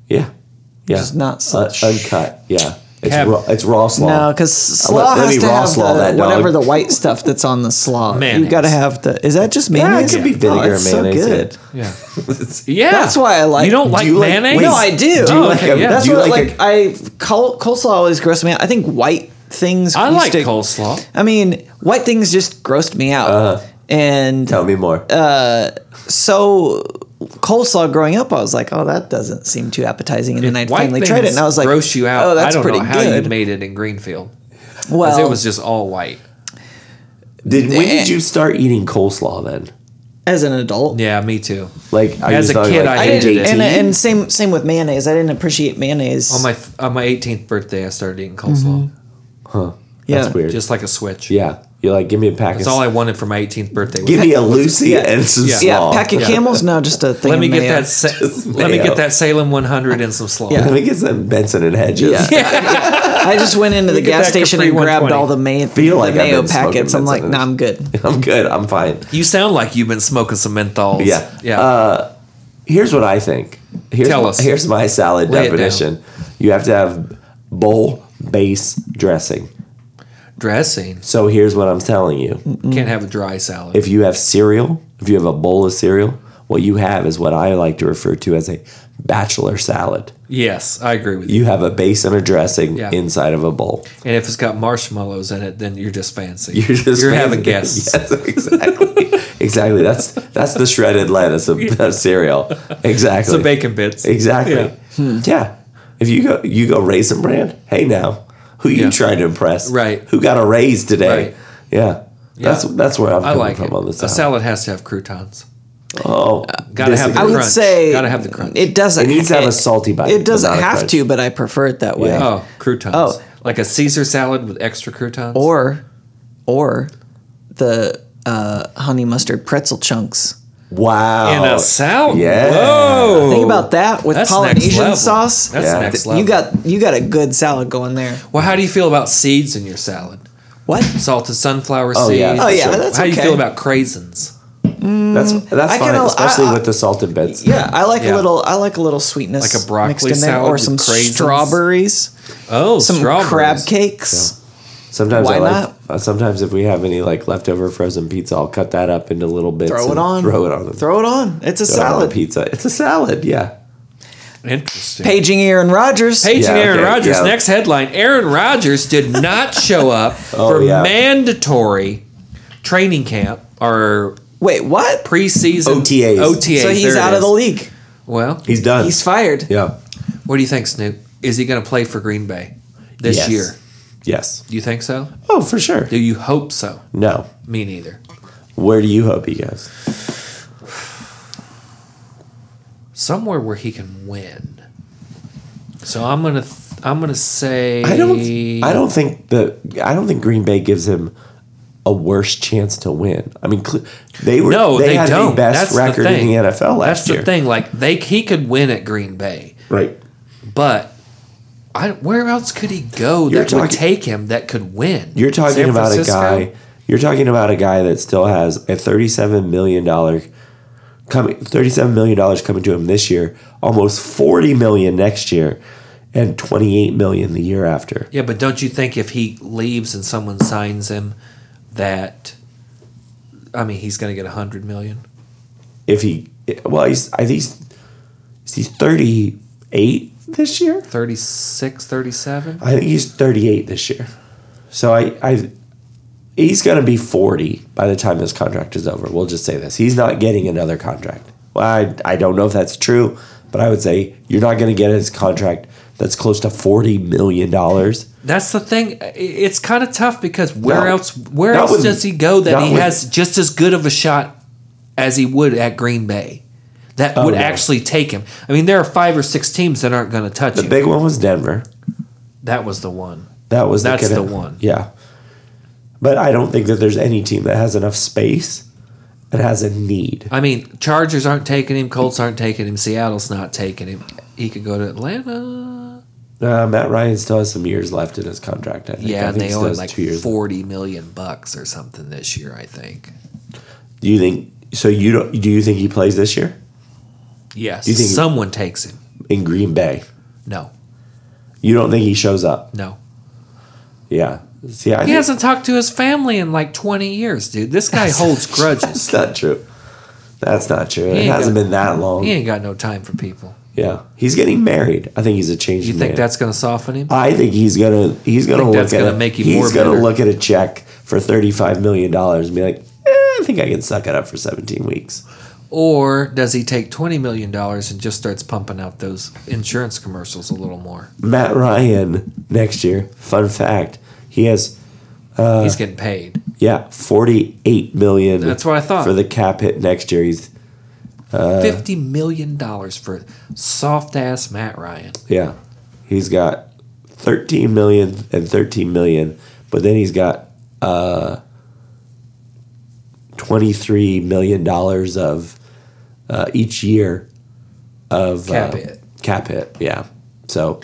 Speaker 1: Yeah. Yeah.
Speaker 3: Just not such-
Speaker 1: uncut. Yeah. It's
Speaker 2: Kev-
Speaker 1: raw, it's raw slaw.
Speaker 3: No, because
Speaker 1: I
Speaker 3: slaw
Speaker 1: want- Oh. let
Speaker 3: has
Speaker 1: me
Speaker 3: to
Speaker 1: raw
Speaker 3: have
Speaker 1: slaw
Speaker 3: the,
Speaker 1: that dog.
Speaker 3: whatever the white stuff that's on the slaw.
Speaker 2: Mayonnaise.
Speaker 3: You got to have the. Is that just
Speaker 1: Yeah, it
Speaker 3: mayonnaise?
Speaker 1: could be vinegar
Speaker 3: it's
Speaker 1: and mayonnaise.
Speaker 3: So
Speaker 1: yeah.
Speaker 3: good.
Speaker 2: Yeah. yeah.
Speaker 3: That's why I like-
Speaker 2: You don't
Speaker 3: Do
Speaker 2: like
Speaker 1: you like-
Speaker 2: mayonnaise?
Speaker 1: wait,
Speaker 3: No, I do.
Speaker 1: Do you
Speaker 2: Oh,
Speaker 1: like
Speaker 2: okay,
Speaker 1: a,
Speaker 2: yeah.
Speaker 3: That's
Speaker 1: do you
Speaker 3: what
Speaker 1: like,
Speaker 3: like,
Speaker 1: a,
Speaker 3: I col- coleslaw always grossed me out. I think white things.
Speaker 2: I
Speaker 3: used
Speaker 2: like
Speaker 3: to-
Speaker 2: coleslaw.
Speaker 3: I mean, white things just grossed me out.
Speaker 2: Uh-huh.
Speaker 3: and
Speaker 1: Uh, tell me more.
Speaker 3: Uh, so coleslaw growing up, I was like, oh, that doesn't seem too appetizing. And then I
Speaker 2: White
Speaker 3: finally tried it, and I was like,
Speaker 2: gross you out.
Speaker 3: Oh,
Speaker 2: I
Speaker 3: that's
Speaker 2: don't
Speaker 3: pretty
Speaker 2: know how
Speaker 3: good.
Speaker 2: you made it in Greenfield. 'Cause
Speaker 3: well,
Speaker 2: it was just all white.
Speaker 1: did when
Speaker 3: eh.
Speaker 1: did you start eating coleslaw then?
Speaker 3: as an adult,
Speaker 2: Yeah, me too.
Speaker 1: Like are
Speaker 2: As
Speaker 1: you
Speaker 2: a
Speaker 1: talking
Speaker 2: kid,
Speaker 1: like
Speaker 2: I
Speaker 3: I
Speaker 1: NJT?
Speaker 2: hated it.
Speaker 3: didn't, and, and same same with mayonnaise. I didn't appreciate mayonnaise.
Speaker 2: On Oh my on my 18th birthday, I started eating coleslaw,
Speaker 3: Mm-hmm. yeah.
Speaker 1: That's weird.
Speaker 2: just like a switch.
Speaker 1: yeah, you're like give me a pack.
Speaker 2: That's
Speaker 1: of,
Speaker 2: all I wanted for my 18th birthday. was
Speaker 1: give me a Lucy
Speaker 3: Yeah.
Speaker 1: and some
Speaker 2: Yeah.
Speaker 3: Yeah,
Speaker 1: slaw.
Speaker 3: pack of
Speaker 2: Yeah.
Speaker 3: camels. No, just a thing.
Speaker 2: let
Speaker 3: of
Speaker 2: me get
Speaker 3: mayo.
Speaker 2: that. Sa-
Speaker 1: Just
Speaker 2: let me
Speaker 1: mayo.
Speaker 2: get that Salem 100 and some slaw.
Speaker 1: I think it's them Benson and Hedges.
Speaker 3: Yeah. I just went into the
Speaker 2: get
Speaker 3: gas
Speaker 2: that
Speaker 3: station
Speaker 2: Capri
Speaker 3: and grabbed
Speaker 2: 120.
Speaker 3: all the, may-
Speaker 1: Feel
Speaker 3: the
Speaker 1: like I've
Speaker 3: mayo
Speaker 1: been smoking
Speaker 3: packets. I'm
Speaker 1: mints
Speaker 3: like,
Speaker 1: on
Speaker 3: no,
Speaker 1: it.
Speaker 3: I'm good.
Speaker 1: I'm good. I'm fine.
Speaker 2: You sound like you've been smoking some menthols.
Speaker 1: Yeah. Uh,
Speaker 2: yeah.
Speaker 1: Here's what I think. Here's,
Speaker 2: Tell us.
Speaker 1: Here's my salad
Speaker 2: Lay it down.
Speaker 1: definition. You have to have bowl base dressing.
Speaker 2: Dressing
Speaker 1: So here's what I'm telling you.
Speaker 2: can't have a dry salad.
Speaker 1: mm. If you have cereal, if you have a bowl of cereal, what you have is what I like to refer to as a bachelor salad.
Speaker 2: yes, I agree with you.
Speaker 1: You have a base and a dressing
Speaker 2: Yeah.
Speaker 1: inside of a bowl.
Speaker 2: And if it's got marshmallows in it, then you're just fancy.
Speaker 1: You're just
Speaker 2: you're having
Speaker 1: fancy.
Speaker 2: guests.
Speaker 1: Yes, exactly. exactly. That's that's the shredded lettuce of, of cereal. Exactly.
Speaker 2: Some bacon bits.
Speaker 1: Exactly.
Speaker 2: Yeah.
Speaker 1: Yeah.
Speaker 3: Hmm.
Speaker 1: If you go you go raisin brand, hey now, who you
Speaker 2: Yeah.
Speaker 1: trying to impress?
Speaker 2: Right.
Speaker 1: Who got a raise today?
Speaker 2: Right.
Speaker 1: Yeah. That's that's where I'm
Speaker 2: I
Speaker 1: coming
Speaker 2: like
Speaker 1: from
Speaker 2: it.
Speaker 1: on this.
Speaker 2: A salad has to have croutons.
Speaker 1: Oh,
Speaker 2: Gotta have the
Speaker 1: disagree.
Speaker 3: I would
Speaker 2: crunch.
Speaker 3: say
Speaker 2: Gotta have the crunch.
Speaker 3: It doesn't.
Speaker 1: It needs to have a
Speaker 3: it-
Speaker 1: salty bite,
Speaker 3: It doesn't
Speaker 1: but not a
Speaker 3: have
Speaker 1: crunch.
Speaker 3: to, but I prefer it that way.
Speaker 1: Yeah.
Speaker 2: Oh, croutons.
Speaker 3: Oh.
Speaker 2: Like a Caesar salad with extra croutons.
Speaker 3: Or, or the uh, honey mustard pretzel chunks.
Speaker 1: Wow.
Speaker 2: in a salad.
Speaker 1: Oh, Yeah.
Speaker 2: Whoa.
Speaker 3: Think about that with
Speaker 2: That's next
Speaker 3: Polynesian
Speaker 2: level.
Speaker 3: sauce.
Speaker 2: That's
Speaker 1: Yeah.
Speaker 2: next
Speaker 1: You
Speaker 2: level.
Speaker 3: You got you got a good salad going there.
Speaker 2: Well, how do you feel about seeds in your salad?
Speaker 3: What?
Speaker 2: Salted sunflower
Speaker 1: Oh,
Speaker 2: seeds.
Speaker 1: yeah. Oh,
Speaker 3: yeah, that's
Speaker 2: How do you
Speaker 3: okay.
Speaker 2: feel about craisins?
Speaker 1: That's that's
Speaker 3: I
Speaker 1: fine,
Speaker 3: kinda-
Speaker 1: especially
Speaker 3: I- I-
Speaker 1: with the salted bits.
Speaker 3: Yeah, I like
Speaker 2: Yeah.
Speaker 3: a little. I like a little sweetness,
Speaker 2: Like a broccoli
Speaker 3: mixed in there,
Speaker 2: salad
Speaker 3: or
Speaker 2: with
Speaker 3: some
Speaker 2: craisins?
Speaker 3: strawberries,
Speaker 2: Oh,
Speaker 3: some
Speaker 2: strawberries.
Speaker 3: crab cakes.
Speaker 1: Sometimes
Speaker 3: Why
Speaker 1: I like.
Speaker 3: not?
Speaker 1: uh, sometimes if we have any like leftover frozen pizza, I'll cut that up into little bits.
Speaker 3: Throw it
Speaker 1: and
Speaker 3: on.
Speaker 1: Throw it on.
Speaker 3: Throw it on. It's a
Speaker 1: throw it on the
Speaker 3: salad.
Speaker 1: pizza. It's a salad. Yeah.
Speaker 2: Interesting.
Speaker 3: Paging Aaron Rodgers.
Speaker 2: Paging
Speaker 1: Yeah,
Speaker 2: Aaron
Speaker 1: okay,
Speaker 2: Rodgers.
Speaker 1: yeah.
Speaker 2: Next headline Aaron Rodgers did not show up for
Speaker 1: Oh, yeah.
Speaker 2: mandatory training camp or
Speaker 3: Wait, what?
Speaker 2: preseason
Speaker 1: OTAs.
Speaker 2: OTAs.
Speaker 3: so he's
Speaker 2: there it
Speaker 3: out of the
Speaker 2: is.
Speaker 3: league.
Speaker 2: Well,
Speaker 1: He's done.
Speaker 3: He's fired.
Speaker 1: Uh, yeah.
Speaker 2: what do you think, Snoop? Is he going to play for Green Bay this
Speaker 1: Yes.
Speaker 2: year?
Speaker 1: Yes.
Speaker 2: Do you think so?
Speaker 1: Oh, for sure.
Speaker 2: Do you hope so?
Speaker 1: No.
Speaker 2: Me neither.
Speaker 1: Where do you hope he goes?
Speaker 2: somewhere where he can win. So I'm gonna th- I'm gonna say
Speaker 1: I don't. I don't think the. I don't think Green Bay gives him a worse chance to win. I mean, cl- they were.
Speaker 2: No, they,
Speaker 1: had
Speaker 2: don't.
Speaker 1: the best
Speaker 2: That's
Speaker 1: record
Speaker 2: the thing.
Speaker 1: in the NFL last
Speaker 2: That's
Speaker 1: year.
Speaker 2: the thing. Like they he could win at Green Bay,
Speaker 1: Right.
Speaker 2: but I where else could he go
Speaker 1: You're
Speaker 2: that would
Speaker 1: talking-
Speaker 2: take him that could win?
Speaker 1: You're talking
Speaker 2: San
Speaker 1: about
Speaker 2: Francisco?
Speaker 1: a guy. You're talking about a guy that still has a thirty-seven million dollar coming. Thirty-seven million dollars coming to him this year. Almost forty million next year, and twenty-eight million the year after.
Speaker 2: Yeah, but don't you think if he leaves and someone signs him, that I mean he's gonna get a hundred million.
Speaker 1: If he, well, he's I think he's, is he thirty-eight this year?
Speaker 2: 36, 37?
Speaker 1: I think he's 38 this year. So I, I he's going to be 40 by the time this contract is over. We'll just say this. He's not getting another contract. Well, I, I don't know if that's true, but I would say you're not going to get his contract that's close to 40 million dollars.
Speaker 2: That's the thing. I- It's kind of tough because where
Speaker 1: No.
Speaker 2: else where
Speaker 1: Not
Speaker 2: else
Speaker 1: with-
Speaker 2: does he go that
Speaker 1: not
Speaker 2: he
Speaker 1: with-
Speaker 2: has just as good of a shot as he would at Green Bay? That would
Speaker 1: no.
Speaker 2: actually take him. I mean, there are five or six teams that aren't going to touch
Speaker 1: The
Speaker 2: him.
Speaker 1: big one was Denver.
Speaker 2: that was the one.
Speaker 1: That was
Speaker 2: That's
Speaker 1: kid-
Speaker 2: the one.
Speaker 1: Yeah. But I don't think that there's any team that has enough space and has a need.
Speaker 2: I mean, Chargers aren't taking him. Colts aren't taking him. Seattle's not taking him. He could go to Atlanta.
Speaker 1: Uh, Matt Ryan still has some years left in his contract. I think. I
Speaker 2: Yeah,
Speaker 1: think
Speaker 2: and
Speaker 1: he
Speaker 2: they
Speaker 1: still
Speaker 2: owe him
Speaker 1: has
Speaker 2: like
Speaker 1: two years
Speaker 2: forty million bucks or something this year. I think.
Speaker 1: Do you think so? You don't? Do you think he plays this year
Speaker 2: Yes.
Speaker 1: You think-
Speaker 2: someone takes him?
Speaker 1: in Green Bay?
Speaker 2: No.
Speaker 1: You don't think he shows up?
Speaker 2: No.
Speaker 1: Yeah. See, I
Speaker 2: He
Speaker 1: think
Speaker 2: hasn't talked to his family in like 20 years, dude. This guy holds grudges.
Speaker 1: that's not true. That's not true. It
Speaker 2: ain't
Speaker 1: hasn't
Speaker 2: got-
Speaker 1: been that long.
Speaker 2: He ain't got no time for people.
Speaker 1: Yeah, he's getting married. I think he's a changed
Speaker 2: You
Speaker 1: man.
Speaker 2: think that's going to soften him?
Speaker 1: I think he's gonna he's gonna
Speaker 2: Think
Speaker 1: look
Speaker 2: that's
Speaker 1: at
Speaker 2: gonna
Speaker 1: a-
Speaker 2: make him
Speaker 1: he's
Speaker 2: more
Speaker 1: gonna
Speaker 2: bitter.
Speaker 1: look at a check for thirty five million dollars and be like, eh, I think I can suck it up for seventeen weeks.
Speaker 2: Or does he take $20 million and just starts pumping out those insurance commercials a little more?
Speaker 1: Matt Ryan next year. Fun fact: he has Uh,
Speaker 2: He's getting paid.
Speaker 1: yeah forty eight million.
Speaker 2: That's what I thought.
Speaker 1: for the cap hit next year. He's uh,
Speaker 2: $50 million for soft ass Matt Ryan.
Speaker 1: yeah, he's got thirteen million and thirteen million, but then he's got uh twenty three million dollars of uh, each year of
Speaker 2: Cap
Speaker 1: uh,
Speaker 2: hit.
Speaker 1: Cap hit, yeah. So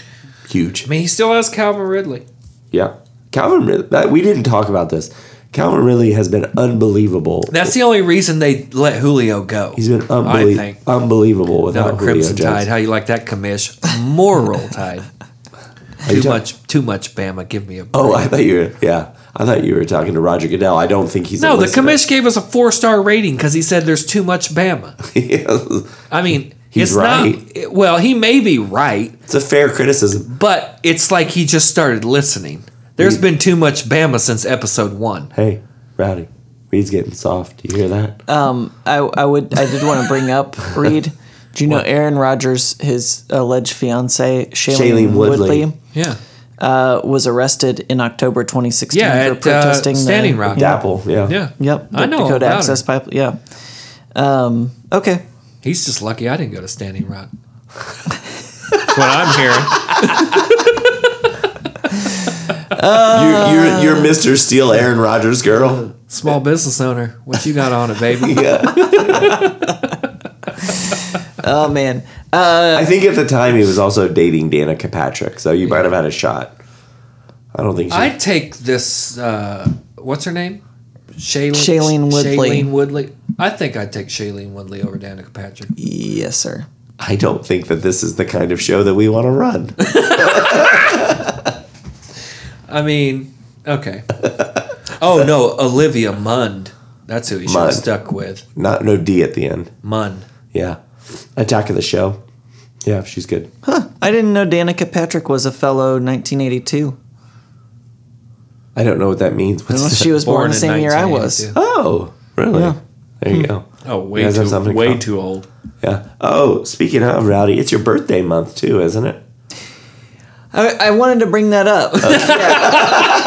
Speaker 1: huge.
Speaker 2: I mean, he still has Calvin Ridley.
Speaker 1: Yeah, Calvin. Rid- That, we didn't talk about this. Calvin Ridley has been unbelievable.
Speaker 2: That's the only reason they let Julio go.
Speaker 1: He's been
Speaker 2: I
Speaker 1: unbelie-
Speaker 2: think.
Speaker 1: unbelievable without
Speaker 2: Another
Speaker 1: Julio
Speaker 2: Crimson Tide.
Speaker 1: Jones.
Speaker 2: How you like that, commish? Moral Tide.
Speaker 1: you
Speaker 2: too
Speaker 1: talking-
Speaker 2: much, too much Bama. Give me a break.
Speaker 1: Oh, I thought you were. Yeah, I thought you were talking to Roger Goodell. I don't think he's uh, a
Speaker 2: no, the
Speaker 1: listener.
Speaker 2: commish gave us a four star rating because he said there's too much Bama. I mean,
Speaker 1: He's
Speaker 2: it's
Speaker 1: right.
Speaker 2: not. it- well, he may be right,
Speaker 1: it's a fair criticism.
Speaker 2: but it's like he just started listening. There's been too much Bama since episode one.
Speaker 1: Hey, Rowdy, Reed's getting soft. You hear that?
Speaker 3: Um, I, I would I did want to bring up Reed. Do you know Aaron Rodgers, his alleged fiance Shailene,
Speaker 1: Shailene Woodley.
Speaker 3: Woodley,
Speaker 2: Yeah,
Speaker 3: uh, was arrested in October 2016
Speaker 2: yeah.
Speaker 3: for
Speaker 2: At, uh,
Speaker 3: protesting the-
Speaker 2: Standing Rock.
Speaker 1: Dapple. Yeah.
Speaker 2: Yeah.
Speaker 3: Yep,
Speaker 2: I know
Speaker 3: Dakota
Speaker 2: about
Speaker 3: Access
Speaker 2: her.
Speaker 3: Pipe. Yeah. Um, okay.
Speaker 2: He's just lucky I didn't go to Standing Rock. That's what I'm hearing.
Speaker 1: You, you're you're Mr. Steel, Aaron Rodgers, girl.
Speaker 2: Small business owner, what you got on it, baby?
Speaker 1: Yeah.
Speaker 3: Oh man.
Speaker 1: I think at the time he was also dating Danica Patrick, so you might have had a shot. I don't think she.
Speaker 2: I'd take this. Uh, what's her name? Shailene,
Speaker 3: Shailene Woodley.
Speaker 2: Shailene Woodley. I think I'd take Shailene Woodley over Danica Patrick.
Speaker 3: Yes, sir.
Speaker 1: I don't think that this is the kind of show that we want to run.
Speaker 2: I mean, okay. Oh no, Olivia Mund. That's who he should
Speaker 1: Munn.
Speaker 2: have stuck with.
Speaker 1: Not no D at the end.
Speaker 2: Munn.
Speaker 1: Yeah. Attack of the show. Yeah, she's good.
Speaker 3: I didn't know Danica Patrick was a fellow 1982.
Speaker 1: I don't know what that means. What's
Speaker 3: I don't know if
Speaker 1: that?
Speaker 3: she was born, the same year I was.
Speaker 2: 1982.
Speaker 1: Oh, really?
Speaker 3: Yeah.
Speaker 1: There you go.
Speaker 2: Oh,
Speaker 1: You
Speaker 2: way
Speaker 1: guys have
Speaker 2: too,
Speaker 1: something
Speaker 2: way
Speaker 1: com-
Speaker 2: too old.
Speaker 1: Yeah. Oh, speaking of Rowdy, it's your birthday month too, isn't it?
Speaker 3: I, I wanted to bring that up.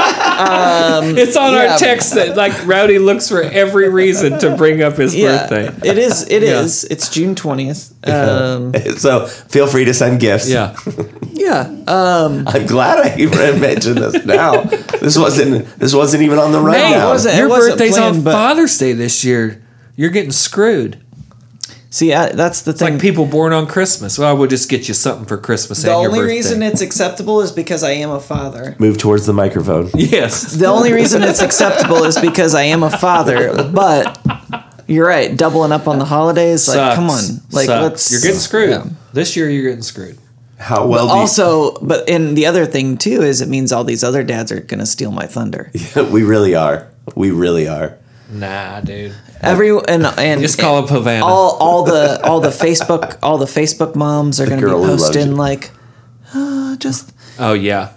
Speaker 2: It's on
Speaker 3: Mm, yeah.
Speaker 2: our text that like Rowdy looks for every reason to bring up his
Speaker 3: yeah,
Speaker 2: birthday.
Speaker 3: it is. It is.
Speaker 2: Yeah.
Speaker 3: It's June 20th. Um,
Speaker 1: so feel free to send gifts.
Speaker 2: Yeah.
Speaker 3: yeah. Um,
Speaker 1: I'm glad I even mentioned this now. This wasn't this wasn't even on the rundown.
Speaker 2: Hey,
Speaker 3: wasn't- it
Speaker 2: your
Speaker 3: wasn't
Speaker 2: birthday's
Speaker 3: planned,
Speaker 2: on
Speaker 3: but-
Speaker 2: Father's Day this year. You're getting screwed.
Speaker 3: see, I, that's the thing.
Speaker 2: Like people born on Christmas. Well, we'll just get you something for Christmas.
Speaker 3: the
Speaker 2: and your
Speaker 3: only
Speaker 2: birthday.
Speaker 3: reason it's acceptable is because I am a father.
Speaker 1: Move towards the microphone.
Speaker 2: yes,
Speaker 3: The only reason it's acceptable is because I am a father. But you're right, doubling up on the holidays. Like,
Speaker 2: Sucks.
Speaker 3: come on, like
Speaker 2: Sucks.
Speaker 3: let's.
Speaker 2: You're getting screwed
Speaker 3: Yeah.
Speaker 2: this year. You're getting screwed.
Speaker 1: How well
Speaker 3: Also, but and the other thing too is it means all these other dads are gonna steal my thunder.
Speaker 1: do you, we really are. We really are.
Speaker 2: Nah, dude.
Speaker 3: Every and and
Speaker 2: Just call up Havana.
Speaker 3: all all the all the Facebook all the Facebook moms are going to be
Speaker 1: girl who loves you.
Speaker 3: posting like uh, just
Speaker 2: oh yeah.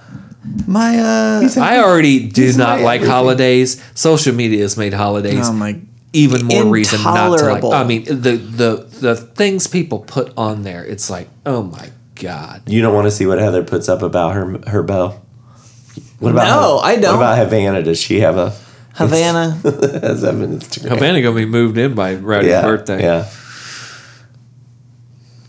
Speaker 3: my uh
Speaker 2: I already do not
Speaker 1: my
Speaker 2: like
Speaker 1: everything.
Speaker 2: holidays. Social media has made holidays
Speaker 3: oh my
Speaker 2: even more reason not to like.
Speaker 3: Intolerable.
Speaker 2: I mean, the the the things people put on there. It's like, oh my god.
Speaker 1: You don't want to see what Heather puts up about her her bow. What about
Speaker 3: No, I don't.
Speaker 1: What about Havana? Does she have a
Speaker 3: Havana
Speaker 1: has that an Instagram?
Speaker 2: Havana gonna be moved in by Rowdy's
Speaker 1: yeah,
Speaker 2: birthday.
Speaker 1: Yeah.
Speaker 3: we'll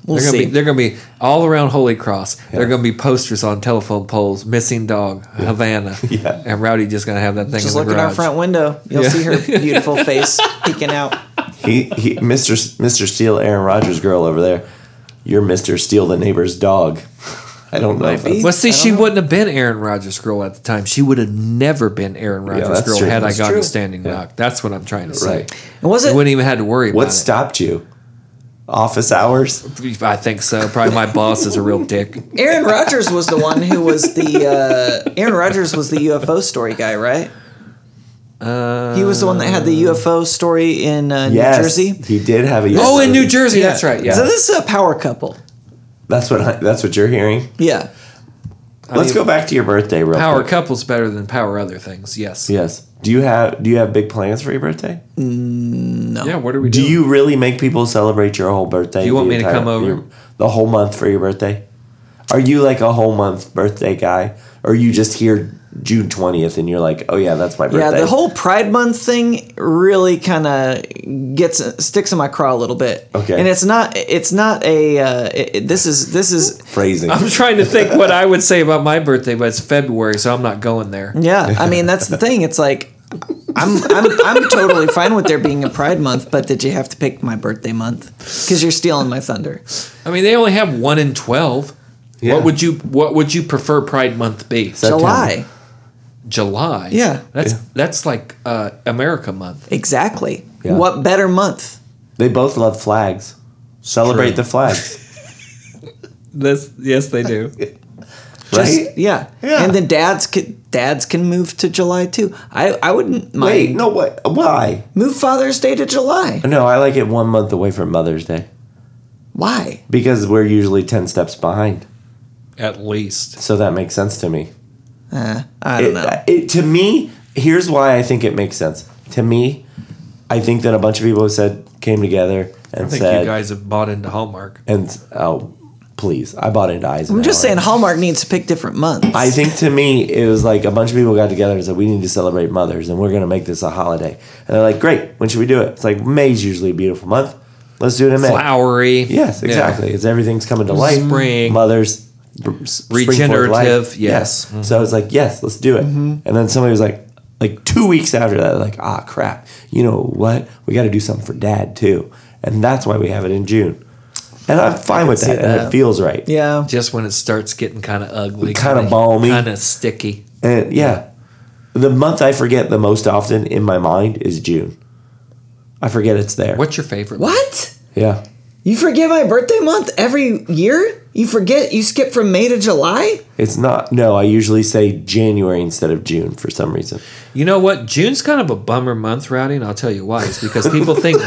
Speaker 2: They're gonna,
Speaker 3: see
Speaker 2: be, they're gonna be all around Holy Cross. They're gonna be posters on telephone poles, missing dog, Havana,
Speaker 1: Yeah.
Speaker 2: and Rowdy just gonna have that thing.
Speaker 3: just
Speaker 2: in the
Speaker 3: look at our
Speaker 2: garage.
Speaker 3: front window you'll
Speaker 2: Yeah.
Speaker 3: see her beautiful face peeking out
Speaker 1: He, he Mr. S- Mr. Steele, Aaron Rodgers girl over there. You're Mr. Steele, the neighbor's dog. I don't know. If
Speaker 3: be.
Speaker 1: that's-
Speaker 2: Well, see, she wouldn't have been Aaron Rodgers' girl at the time. She would have never been Aaron Rodgers'
Speaker 1: that's
Speaker 2: girl
Speaker 1: true.
Speaker 2: had
Speaker 1: That's
Speaker 2: I gotten
Speaker 3: true.
Speaker 2: Standing Rock. That's what I'm trying to say.
Speaker 1: Right.
Speaker 3: and was
Speaker 2: You
Speaker 3: it
Speaker 2: wouldn't even had to worry about
Speaker 1: what
Speaker 2: it.
Speaker 1: stopped you? office hours?
Speaker 2: I think so. Probably my boss is a real dick.
Speaker 3: Aaron Rodgers was the one who was the uh, Aaron Rodgers was the UFO story guy, right? Uh, he was the one that had the UFO story in uh,
Speaker 1: Yes,
Speaker 3: New Jersey.
Speaker 1: he did have a.
Speaker 2: Oh, in New Jersey. That's right. Yeah.
Speaker 3: So this is a power couple.
Speaker 1: That's what I, that's what you're hearing.
Speaker 3: Yeah.
Speaker 1: Let's go back to your birthday, real
Speaker 2: Power
Speaker 1: quick.
Speaker 2: couples better than power other things. Yes.
Speaker 1: Yes. Do you have Do you have big plans for your birthday?
Speaker 2: Yeah. What are we
Speaker 1: Do
Speaker 2: doing?
Speaker 1: you really make people celebrate your whole birthday?
Speaker 2: you want
Speaker 1: the
Speaker 2: me to
Speaker 1: entire-
Speaker 2: come over?
Speaker 1: your- the whole month for your birthday? Are you like a whole month birthday guy, or you just hear June twentieth and you're like, oh yeah, that's my
Speaker 3: Yeah,
Speaker 1: birthday?
Speaker 3: the whole Pride Month thing really kind of gets sticks in my craw a little bit.
Speaker 1: Okay.
Speaker 3: and it's not it's not a uh, it, it- this is this is
Speaker 1: phrasing.
Speaker 2: I'm trying to think what I would say about my birthday, but it's February, so I'm not going there.
Speaker 3: yeah. I mean, that's the thing. It's like I'm I'm I'm totally fine with there being a Pride Month, but did you have to pick my birthday month? Because you're stealing my thunder.
Speaker 2: I mean, they only have one in twelve.
Speaker 1: Yeah.
Speaker 2: What would you What would you prefer Pride Month be?
Speaker 1: September.
Speaker 3: July,
Speaker 2: July.
Speaker 3: Yeah.
Speaker 2: That's
Speaker 1: Yeah.
Speaker 2: that's like uh, America Month.
Speaker 3: exactly.
Speaker 1: Yeah.
Speaker 3: What better month?
Speaker 1: They both love flags. Celebrate
Speaker 2: True.
Speaker 1: the flags,
Speaker 2: That's, yes, they do.
Speaker 1: right?
Speaker 3: yeah.
Speaker 1: Yeah.
Speaker 3: and then dads can dads can move to July too. I I wouldn't mind
Speaker 1: Wait, no, what? Why?
Speaker 3: move Father's Day to July.
Speaker 1: No, I like it one month away from Mother's Day
Speaker 3: Why?
Speaker 1: because we're usually ten steps behind.
Speaker 2: At least.
Speaker 1: So that makes sense to me.
Speaker 3: Uh, I don't
Speaker 1: It,
Speaker 3: know.
Speaker 1: it, to me, here's why I think it makes sense. To me, I think that a bunch of people have said came together and
Speaker 2: I think
Speaker 1: said
Speaker 2: you guys have bought into Hallmark.
Speaker 1: and oh, please, I bought into eyes.
Speaker 3: I'm just saying Hallmark needs to pick different months.
Speaker 1: I think to me, it was like a bunch of people got together and said, "We need to celebrate mothers, and we're going to make this a holiday." And they're like, "Great, when should we do it?" It's like May's usually a beautiful month. Let's do it in May.
Speaker 2: Flowery.
Speaker 1: Yes,
Speaker 2: Yeah.
Speaker 1: exactly. It's everything's coming to life.
Speaker 2: Spring.
Speaker 1: mothers, br- s- spring forth
Speaker 2: Regenerative,
Speaker 1: life.
Speaker 2: yes.
Speaker 3: Mm-hmm.
Speaker 1: Yeah. So I was like, yes, let's do it. And then somebody was like, like two weeks after that, like, ah, crap. You know what? We got to do something for Dad too, and that's why we have it in June. And I'm fine with
Speaker 3: see
Speaker 1: that, and
Speaker 3: that.
Speaker 1: it feels right.
Speaker 3: yeah.
Speaker 2: Just when it starts getting kind of ugly,
Speaker 1: Kinda balmy.
Speaker 2: kind of sticky.
Speaker 1: And yeah, the month I forget the most often in my mind is June. I forget it's there.
Speaker 2: What's your favorite?
Speaker 3: What?
Speaker 1: Yeah.
Speaker 3: You forget my birthday month every year? You forget you skip from May to July?
Speaker 1: It's not. No, I usually say January instead of June for some reason.
Speaker 2: You know what? June's kind of a bummer month, Rowdy, and I'll tell you why. It's because people think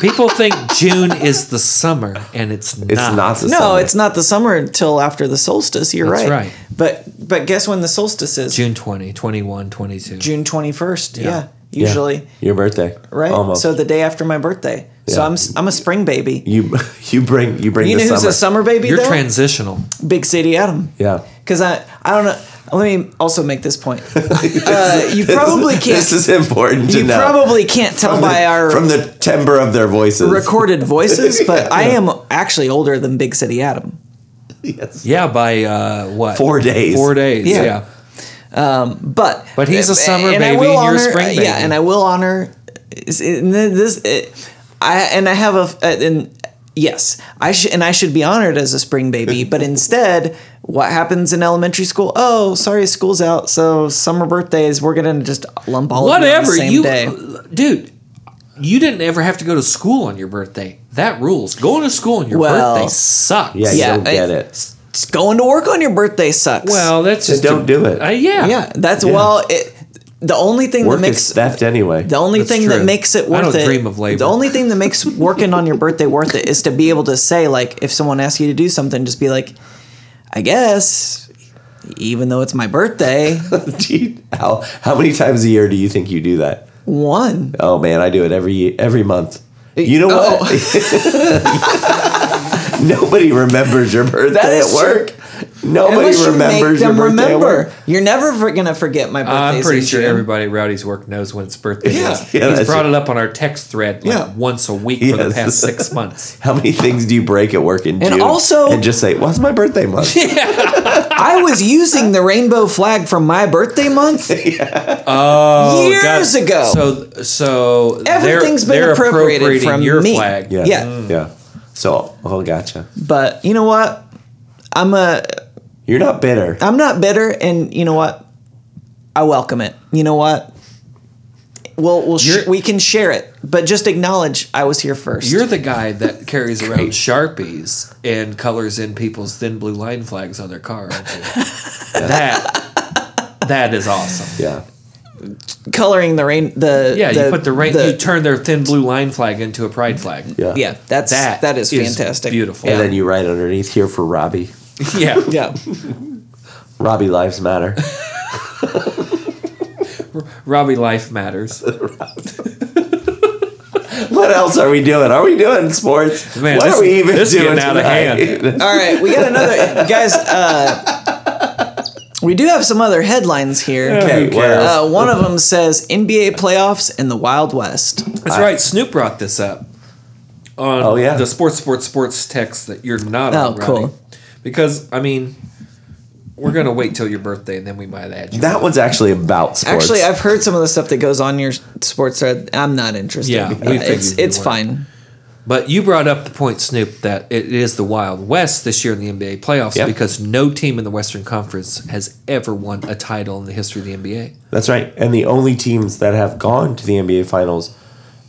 Speaker 2: people think June is the summer, and it's not.
Speaker 1: It's not the
Speaker 3: No,
Speaker 1: summer.
Speaker 3: it's not the summer until after the solstice. You're
Speaker 2: That's
Speaker 3: right.
Speaker 2: right.
Speaker 3: But but guess when the solstice is?
Speaker 2: June 20, 21, 22.
Speaker 3: June 21st. Yeah.
Speaker 1: Yeah.
Speaker 3: usually,
Speaker 1: your birthday,
Speaker 3: right?
Speaker 1: Almost.
Speaker 3: So the day after my birthday. So
Speaker 1: Yeah.
Speaker 3: I'm s- I'm a spring baby.
Speaker 1: you you bring you bring
Speaker 3: You
Speaker 1: the
Speaker 3: know who's
Speaker 1: summer.
Speaker 3: a summer baby
Speaker 2: You're
Speaker 3: though?
Speaker 2: transitional.
Speaker 3: Big City Adam.
Speaker 1: yeah.
Speaker 3: Because I I don't know. Let me also make this point. Uh, you probably can't.
Speaker 1: This is important to
Speaker 3: you
Speaker 1: know.
Speaker 3: probably can't tell
Speaker 1: from
Speaker 3: by
Speaker 1: the,
Speaker 3: our
Speaker 1: from the timbre of their voices.
Speaker 3: recorded voices, but I am actually older than Big City Adam.
Speaker 1: yes.
Speaker 2: Yeah, by uh, what?
Speaker 1: Four days.
Speaker 2: Four days.
Speaker 3: Yeah.
Speaker 2: Yeah.
Speaker 3: But
Speaker 2: But he's a summer
Speaker 3: and I
Speaker 2: baby,
Speaker 3: will
Speaker 2: and you're a
Speaker 3: honor, uh,
Speaker 2: spring baby.
Speaker 3: Yeah, and I will honor is- and this. It, I and I have a uh, and yes, I should and I should be honored as a spring baby. But instead, what happens in elementary school? Oh, sorry, school's out. So summer birthdays, we're gonna just lump all of them on the
Speaker 2: Whatever
Speaker 3: same
Speaker 2: you,
Speaker 3: day.
Speaker 2: dude. You didn't ever have to go to school on your birthday. That rules. Going to school on your
Speaker 3: Well,
Speaker 2: birthday sucks.
Speaker 1: Yeah,
Speaker 3: Yeah,
Speaker 1: you don't get
Speaker 3: I-
Speaker 1: it.
Speaker 3: It's Going to work on your birthday sucks.
Speaker 2: Well, that's
Speaker 1: Just
Speaker 2: just
Speaker 1: don't do it.
Speaker 2: Uh, yeah.
Speaker 3: yeah, that's well. It, the only thing
Speaker 1: Work
Speaker 3: that
Speaker 1: is
Speaker 3: makes
Speaker 1: theft anyway.
Speaker 3: The only
Speaker 2: That's
Speaker 3: thing that
Speaker 2: true.
Speaker 3: makes it
Speaker 2: I
Speaker 3: worth
Speaker 2: don't
Speaker 3: it.
Speaker 2: dream of labor.
Speaker 3: The only thing that makes working on your birthday worth it is to be able to say, like, if someone asks you to do something, just be like, I guess, even though it's my birthday,
Speaker 1: Do you- how how many times a year do you think you do that?
Speaker 3: one.
Speaker 1: Oh man, I do it every every month. You know
Speaker 3: oh.
Speaker 1: what? Nobody remembers your birthday
Speaker 3: That is
Speaker 1: at work. Nobody
Speaker 3: Unless you make
Speaker 1: remembers your
Speaker 3: them
Speaker 1: birthday at work.
Speaker 3: remember. You're never for, gonna forget my birthday.
Speaker 2: I'm pretty sure everybody at Rowdy's work knows when its birthday
Speaker 3: Yeah.
Speaker 2: is.
Speaker 1: Yeah,
Speaker 2: He's
Speaker 1: that's
Speaker 2: brought
Speaker 1: it.
Speaker 2: it up on our text thread like
Speaker 3: Yeah.
Speaker 2: once a week for the
Speaker 1: Yes.
Speaker 2: past six months.
Speaker 1: How many things do you break at work in
Speaker 3: And
Speaker 1: June?
Speaker 3: also-
Speaker 1: and just say, "What's my birthday month?"
Speaker 3: I was using the rainbow flag from my birthday month
Speaker 2: Oh,
Speaker 3: years
Speaker 2: God.
Speaker 3: ago.
Speaker 2: So, so they're-
Speaker 3: Everything's been
Speaker 2: they're
Speaker 3: appropriated
Speaker 2: appropriating
Speaker 3: from
Speaker 2: your
Speaker 3: me.
Speaker 2: flag.
Speaker 1: yeah,
Speaker 3: Yeah.
Speaker 1: yeah. So, oh, gotcha.
Speaker 3: but you know what? I'm a
Speaker 1: You're not bitter.
Speaker 3: I'm not bitter, and you know what? I welcome it. You know what? We'll, we'll sh-
Speaker 2: You're-
Speaker 3: we can share it, but just acknowledge I was here 1st
Speaker 2: You're the guy that carries around sharpies and colors in people's thin blue line flags on their car. Aren't you? that that is awesome.
Speaker 1: Yeah.
Speaker 3: coloring the rain. The
Speaker 2: Yeah,
Speaker 3: the,
Speaker 2: you put the rain.
Speaker 3: the-
Speaker 2: you turn their thin blue line flag into a pride flag.
Speaker 1: Yeah.
Speaker 3: yeah, that's
Speaker 2: That
Speaker 3: that is,
Speaker 2: is
Speaker 3: fantastic.
Speaker 2: beautiful.
Speaker 3: Yeah.
Speaker 1: And then you write underneath here for Robbie.
Speaker 2: Yeah,
Speaker 3: yeah.
Speaker 1: Robbie Lives Matter.
Speaker 2: Robbie life matters.
Speaker 1: what else are we doing? Are we doing sports?
Speaker 2: Man,
Speaker 1: what
Speaker 2: this-
Speaker 1: are we even
Speaker 2: this is
Speaker 1: doing
Speaker 2: getting out of
Speaker 1: tonight?
Speaker 3: All right, we got another guys. Uh, we do have some other headlines here.
Speaker 1: okay,
Speaker 2: Who
Speaker 1: what
Speaker 2: cares?
Speaker 1: else?
Speaker 3: Uh, one of them says NBA playoffs in the Wild West.
Speaker 2: That's right. Snoop brought this up on
Speaker 1: Oh, yeah.
Speaker 2: the sports, sports, sports text that you're not
Speaker 3: Oh,
Speaker 2: on. Ronnie.
Speaker 3: cool.
Speaker 2: Because I mean, we're gonna wait till your birthday and then we might add you.
Speaker 1: that one's actually about sports.
Speaker 3: Actually, I've heard some of the stuff that goes on your sports thread. I'm not interested.
Speaker 2: Yeah, we
Speaker 3: Uh, it's
Speaker 2: figured you
Speaker 3: it's
Speaker 2: weren't.
Speaker 3: fine.
Speaker 2: But you brought up the point, Snoop, that it is the Wild West this year in the NBA playoffs
Speaker 1: Yep.
Speaker 2: because no team in the Western Conference has ever won a title in the history of the NBA.
Speaker 1: That's right. And the only teams that have gone to the NBA Finals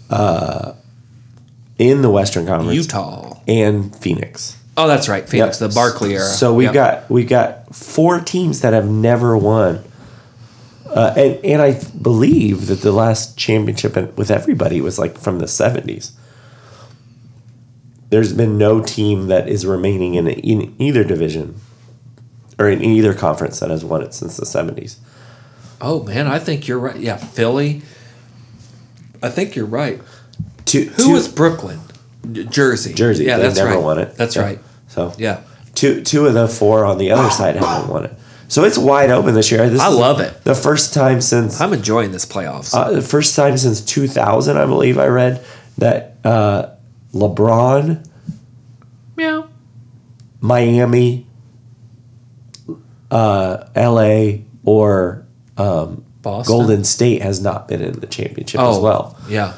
Speaker 1: uh, in the Western Conference
Speaker 2: Utah.
Speaker 1: and Phoenix.
Speaker 2: Oh, that's right. Phoenix,
Speaker 1: Yep.
Speaker 2: the Barkley era.
Speaker 1: So we've
Speaker 2: Yep.
Speaker 1: got we've got four teams that have never won, uh, and and I believe that the last championship in- with everybody was like from the seventies. There's been no team that is remaining in, in either division, or in either conference that has won it since the seventies.
Speaker 2: Oh man, I think you're right. Yeah, Philly. I think you're right.
Speaker 1: Two,
Speaker 2: Who
Speaker 1: two-
Speaker 2: was Brooklyn? J- Jersey.
Speaker 1: Jersey?
Speaker 2: Yeah,
Speaker 1: they
Speaker 2: that's
Speaker 1: never
Speaker 2: right.
Speaker 1: won it.
Speaker 2: That's
Speaker 1: Yeah.
Speaker 2: right.
Speaker 1: So
Speaker 2: Yeah.
Speaker 1: two two of the four on the other side haven't won it. So it's wide open this year. This
Speaker 2: I
Speaker 1: is
Speaker 2: love it.
Speaker 1: The first time since
Speaker 2: I'm enjoying this playoffs.
Speaker 1: uh, the first time since 2000, I believe I read that uh, LeBron,
Speaker 2: Meow.
Speaker 1: Miami, uh, LA, or
Speaker 2: Boston.
Speaker 1: Golden State has not been in the championship
Speaker 2: Oh,
Speaker 1: as well.
Speaker 2: Yeah.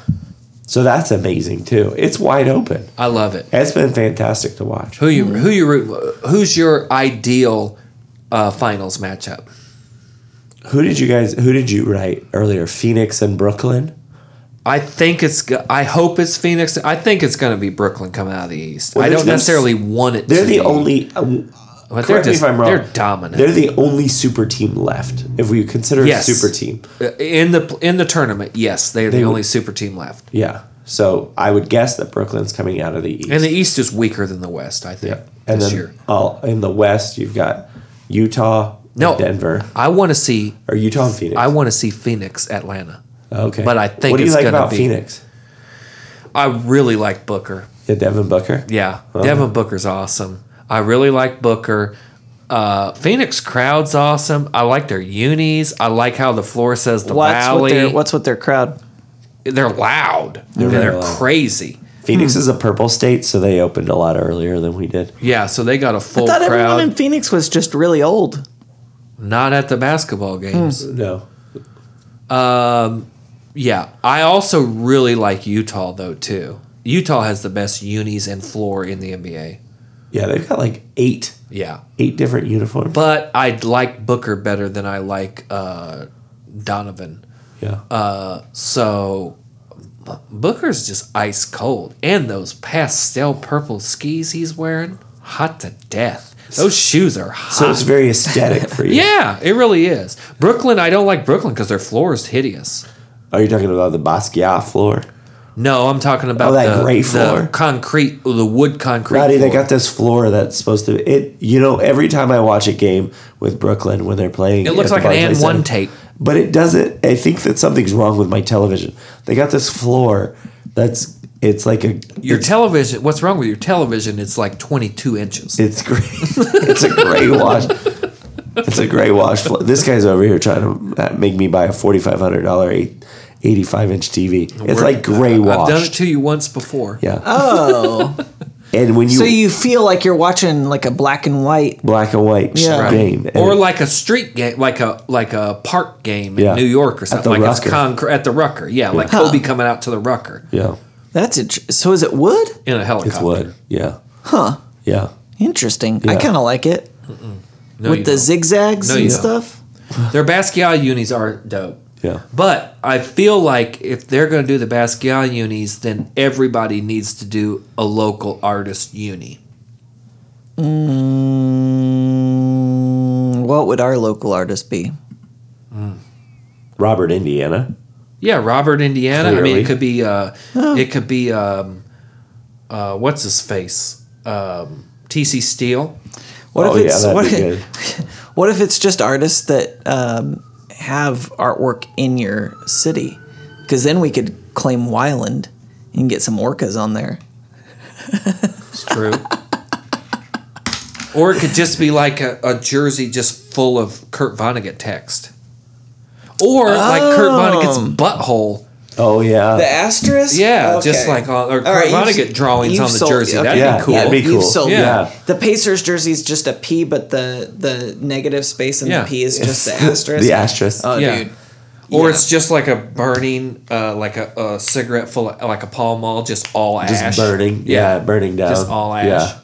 Speaker 1: So that's amazing too. It's wide open.
Speaker 2: I love it.
Speaker 1: It's been fantastic to watch.
Speaker 2: Who you who you root who's your ideal uh, finals matchup?
Speaker 1: Who did you guys? Who did you write earlier? Phoenix and Brooklyn.
Speaker 2: I think it's go- I hope it's Phoenix. I think it's going to be Brooklyn coming out of the East.
Speaker 1: Well,
Speaker 2: I
Speaker 1: there's
Speaker 2: don't
Speaker 1: no-
Speaker 2: necessarily want it
Speaker 1: They're
Speaker 2: to
Speaker 1: the
Speaker 2: be,
Speaker 1: only. Um,
Speaker 2: but they're
Speaker 1: correct
Speaker 2: just,
Speaker 1: me if I'm wrong.
Speaker 2: They're dominant.
Speaker 1: They're the only super team left. If we consider
Speaker 2: Yes.
Speaker 1: a super team,
Speaker 2: Uh, in the in the tournament, yes, they're the
Speaker 1: would-
Speaker 2: only super team left.
Speaker 1: Yeah. So I would guess that Brooklyn's coming out of the East.
Speaker 2: And the East is weaker than the West, I think,
Speaker 1: yeah. And
Speaker 2: this
Speaker 1: then
Speaker 2: year.
Speaker 1: all- in the West, you've got Utah,
Speaker 2: No.
Speaker 1: Denver,
Speaker 2: I want to see
Speaker 1: or Utah and Phoenix. Oh,
Speaker 2: I want to see Phoenix Atlanta.
Speaker 1: okay.
Speaker 2: but I think
Speaker 1: what do you
Speaker 2: it's
Speaker 1: like
Speaker 2: gonna
Speaker 1: about
Speaker 2: be-
Speaker 1: Phoenix?
Speaker 2: I really like Booker.
Speaker 1: Yeah, Devin Booker.
Speaker 2: Yeah, Devin Booker's awesome. I really like Booker. Uh, Phoenix crowd's awesome. I like their unis. I like how the floor says the
Speaker 3: What's with,
Speaker 2: valley.
Speaker 3: their, what's with their crowd?
Speaker 2: they're loud. They're,
Speaker 1: very
Speaker 2: they're
Speaker 1: loud.
Speaker 2: crazy.
Speaker 1: Phoenix
Speaker 2: Hmm.
Speaker 1: is a purple state, so they opened a lot earlier than we did.
Speaker 2: Yeah, so they got a
Speaker 3: I
Speaker 2: full
Speaker 3: thought everyone
Speaker 2: crowd.
Speaker 3: in Phoenix was just really old.
Speaker 2: Not at the
Speaker 3: Hmm.
Speaker 2: basketball games.
Speaker 1: No.
Speaker 2: Yeah, I also really like Utah though too. Utah has the best unis and floor in the NBA.
Speaker 1: Yeah, they've got like eight,
Speaker 2: Yeah,
Speaker 1: eight different uniforms.
Speaker 2: but I like Booker better than I like uh, Donovan.
Speaker 1: yeah.
Speaker 2: uh, So B- Booker's just ice cold, and those pastel purple skis he's wearing, hot to death. Those shoes are hot.
Speaker 1: so it's very aesthetic for you.
Speaker 2: yeah, it really is. Brooklyn, I don't like Brooklyn because their floor is hideous.
Speaker 1: Are you talking about the Basquiat floor?
Speaker 2: No, I'm talking about
Speaker 1: Oh, that
Speaker 2: the,
Speaker 1: gray
Speaker 2: the
Speaker 1: floor.
Speaker 2: concrete, the wood concrete.
Speaker 1: Roddy, they
Speaker 2: floor.
Speaker 1: got this floor that's supposed to. It you know every time I watch a game with Brooklyn when they're playing,
Speaker 2: It looks
Speaker 1: at the
Speaker 2: like an
Speaker 1: Barclays
Speaker 2: and one
Speaker 1: Center,
Speaker 2: tape.
Speaker 1: but it doesn't. I think that something's wrong with my television. They got this floor that's it's like a
Speaker 2: Your
Speaker 1: it's,
Speaker 2: television. What's wrong with your television? It's like 22 inches.
Speaker 1: it's gray. it's a gray wash. It's a gray wash. Floor. This guy's over here trying to make me buy a forty five hundred dollar eight. 85 inch TV. It's like gray
Speaker 2: I've done it
Speaker 1: washed.
Speaker 2: to you once before.
Speaker 1: Yeah.
Speaker 3: Oh,
Speaker 1: and when you,
Speaker 3: so you feel like you're watching like a black and white.
Speaker 1: black and white
Speaker 3: Yeah. Right.
Speaker 1: game. And
Speaker 2: Or
Speaker 1: it-
Speaker 2: like a street game, like a like a park game in
Speaker 1: Yeah.
Speaker 2: New York or
Speaker 1: At
Speaker 2: something
Speaker 1: the
Speaker 2: like it's
Speaker 1: Rucker.
Speaker 2: concrete at the Rucker. Yeah, like
Speaker 3: Huh.
Speaker 2: Kobe coming out to the Rucker
Speaker 1: yeah.
Speaker 3: That's it. So is it wood?
Speaker 2: in a helicopter.
Speaker 1: It's wood. Yeah.
Speaker 3: Huh.
Speaker 1: Yeah.
Speaker 3: Interesting. I
Speaker 1: Yeah.
Speaker 3: kind of like it
Speaker 2: No,
Speaker 3: with
Speaker 2: you
Speaker 3: the
Speaker 2: don't.
Speaker 3: zigzags
Speaker 2: No, you
Speaker 3: and
Speaker 2: don't.
Speaker 3: stuff.
Speaker 2: their Basquiat unis are dope.
Speaker 1: Yeah.
Speaker 2: But I feel like if they're going to do the Basquiat unis, then everybody needs to do a local artist uni.
Speaker 3: Mm, what would our local artist be?
Speaker 1: Robert, Indiana.
Speaker 2: Yeah, Robert, Indiana. I mean,
Speaker 1: Clearly.
Speaker 2: it could be uh, it could be um, uh, what's his face, um, TC Steele.
Speaker 3: What
Speaker 1: oh,
Speaker 3: if
Speaker 1: yeah,
Speaker 3: it's
Speaker 1: that'd
Speaker 3: what,
Speaker 1: be
Speaker 3: if,
Speaker 1: good.
Speaker 3: what if it's just artists that um, have artwork in your city? Because then we could claim Wyland and get some orcas on there.
Speaker 2: It's true. or it could just be like a, a jersey just full of Kurt Vonnegut text, or like Kurt Vonnegut's butthole.
Speaker 1: Oh, yeah.
Speaker 3: The asterisk?
Speaker 2: Yeah, just like on, or Kurt
Speaker 3: you've-
Speaker 2: Vonnegut drawings
Speaker 3: you've
Speaker 2: on the
Speaker 3: sold-
Speaker 2: jersey.
Speaker 3: okay.
Speaker 2: That'd
Speaker 1: yeah,
Speaker 2: be cool.
Speaker 1: that'd be
Speaker 3: You've
Speaker 1: cool.
Speaker 3: sold-
Speaker 1: yeah.
Speaker 3: The Pacers jersey is just a P, but the the negative space in
Speaker 2: Yeah.
Speaker 3: the P is just the asterisk.
Speaker 1: The asterisk.
Speaker 3: Oh,
Speaker 2: Yeah.
Speaker 3: dude.
Speaker 2: Or
Speaker 3: Yeah.
Speaker 2: it's just like a burning, uh, like a, a cigarette full of, like a Pall Mall, just all ash.
Speaker 1: just burning. Yeah, burning down.
Speaker 2: Just all ash.
Speaker 1: Yeah.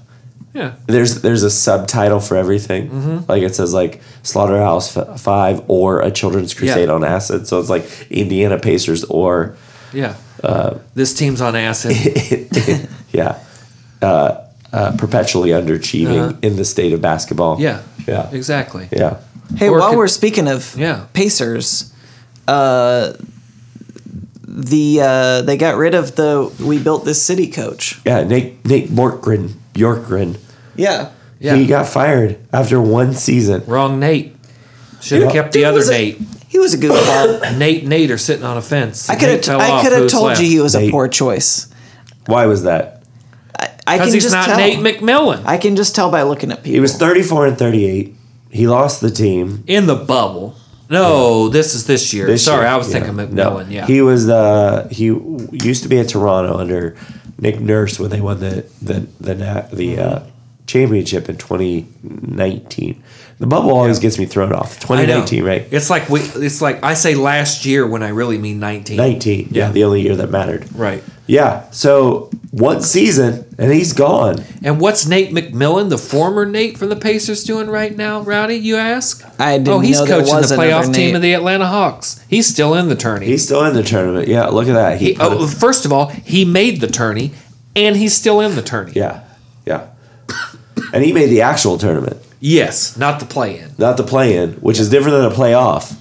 Speaker 2: Yeah.
Speaker 1: There's there's a subtitle for everything.
Speaker 2: Mm-hmm.
Speaker 1: Like it says like Slaughterhouse F- Five or a Children's Crusade on Acid. So it's like Indiana Pacers or
Speaker 2: Yeah. this team's on acid.
Speaker 1: yeah, uh, uh, perpetually underachieving
Speaker 2: Uh-huh.
Speaker 1: in the state of basketball.
Speaker 2: yeah.
Speaker 1: Yeah.
Speaker 2: Exactly.
Speaker 1: Yeah.
Speaker 3: Hey,
Speaker 2: Or
Speaker 3: while
Speaker 2: could-
Speaker 3: we're speaking of
Speaker 2: Yeah.
Speaker 3: Pacers, uh, the uh, they got rid of the we built this city coach.
Speaker 1: Yeah. Nate Nate Bjorkgren Bjorkgren.
Speaker 3: Yeah.
Speaker 2: Yeah.
Speaker 1: He got fired after one season.
Speaker 2: Wrong Nate. Should have
Speaker 1: Yeah.
Speaker 2: kept the
Speaker 3: Dude,
Speaker 2: other
Speaker 3: was it-
Speaker 2: Nate.
Speaker 3: He was a goofball.
Speaker 2: Nate and Nate are sitting on a fence.
Speaker 3: I could have I could have told you he was
Speaker 1: Nate.
Speaker 3: a poor choice.
Speaker 1: Why was that?
Speaker 3: I can
Speaker 2: because he's
Speaker 3: just
Speaker 2: not
Speaker 3: tell.
Speaker 2: Nate McMillan
Speaker 3: I can just tell by looking at people.
Speaker 1: He was 34 and 38. He lost the team.
Speaker 2: in the bubble. No, this is this year.
Speaker 1: this
Speaker 2: Sorry,
Speaker 1: year.
Speaker 2: I was
Speaker 1: Yeah.
Speaker 2: thinking
Speaker 1: No.
Speaker 2: McMillan. Yeah,
Speaker 1: he was the he w- used to be at Toronto under Nick Nurse when they won the the the na- the
Speaker 2: Mm-hmm.
Speaker 1: uh, championship in 2019. The bubble always gets me thrown off.
Speaker 2: I know.
Speaker 1: 2019, right?
Speaker 2: It's like we. It's like I say last year when I really mean nineteen.
Speaker 1: 19. Yeah.
Speaker 2: Yeah.
Speaker 1: the only year that mattered.
Speaker 2: Right.
Speaker 1: Yeah. So one season and he's gone.
Speaker 2: And what's Nate McMillan, the former Nate from the Pacers, doing right now, Rowdy? You ask.
Speaker 3: I didn't
Speaker 2: Oh, he's
Speaker 3: know there
Speaker 2: coaching
Speaker 3: was
Speaker 2: the
Speaker 3: another
Speaker 2: playoff team
Speaker 3: Nate.
Speaker 2: of the Atlanta Hawks. He's still in the tourney.
Speaker 1: He's still in the tournament. Yeah, look at that.
Speaker 2: he,
Speaker 1: put-
Speaker 2: oh, first of all, he made the tourney, and he's still in the tourney.
Speaker 1: yeah, yeah. and he made the actual tournament,
Speaker 2: Yes, not the play-in.
Speaker 1: not the play-in, which is different than a playoff.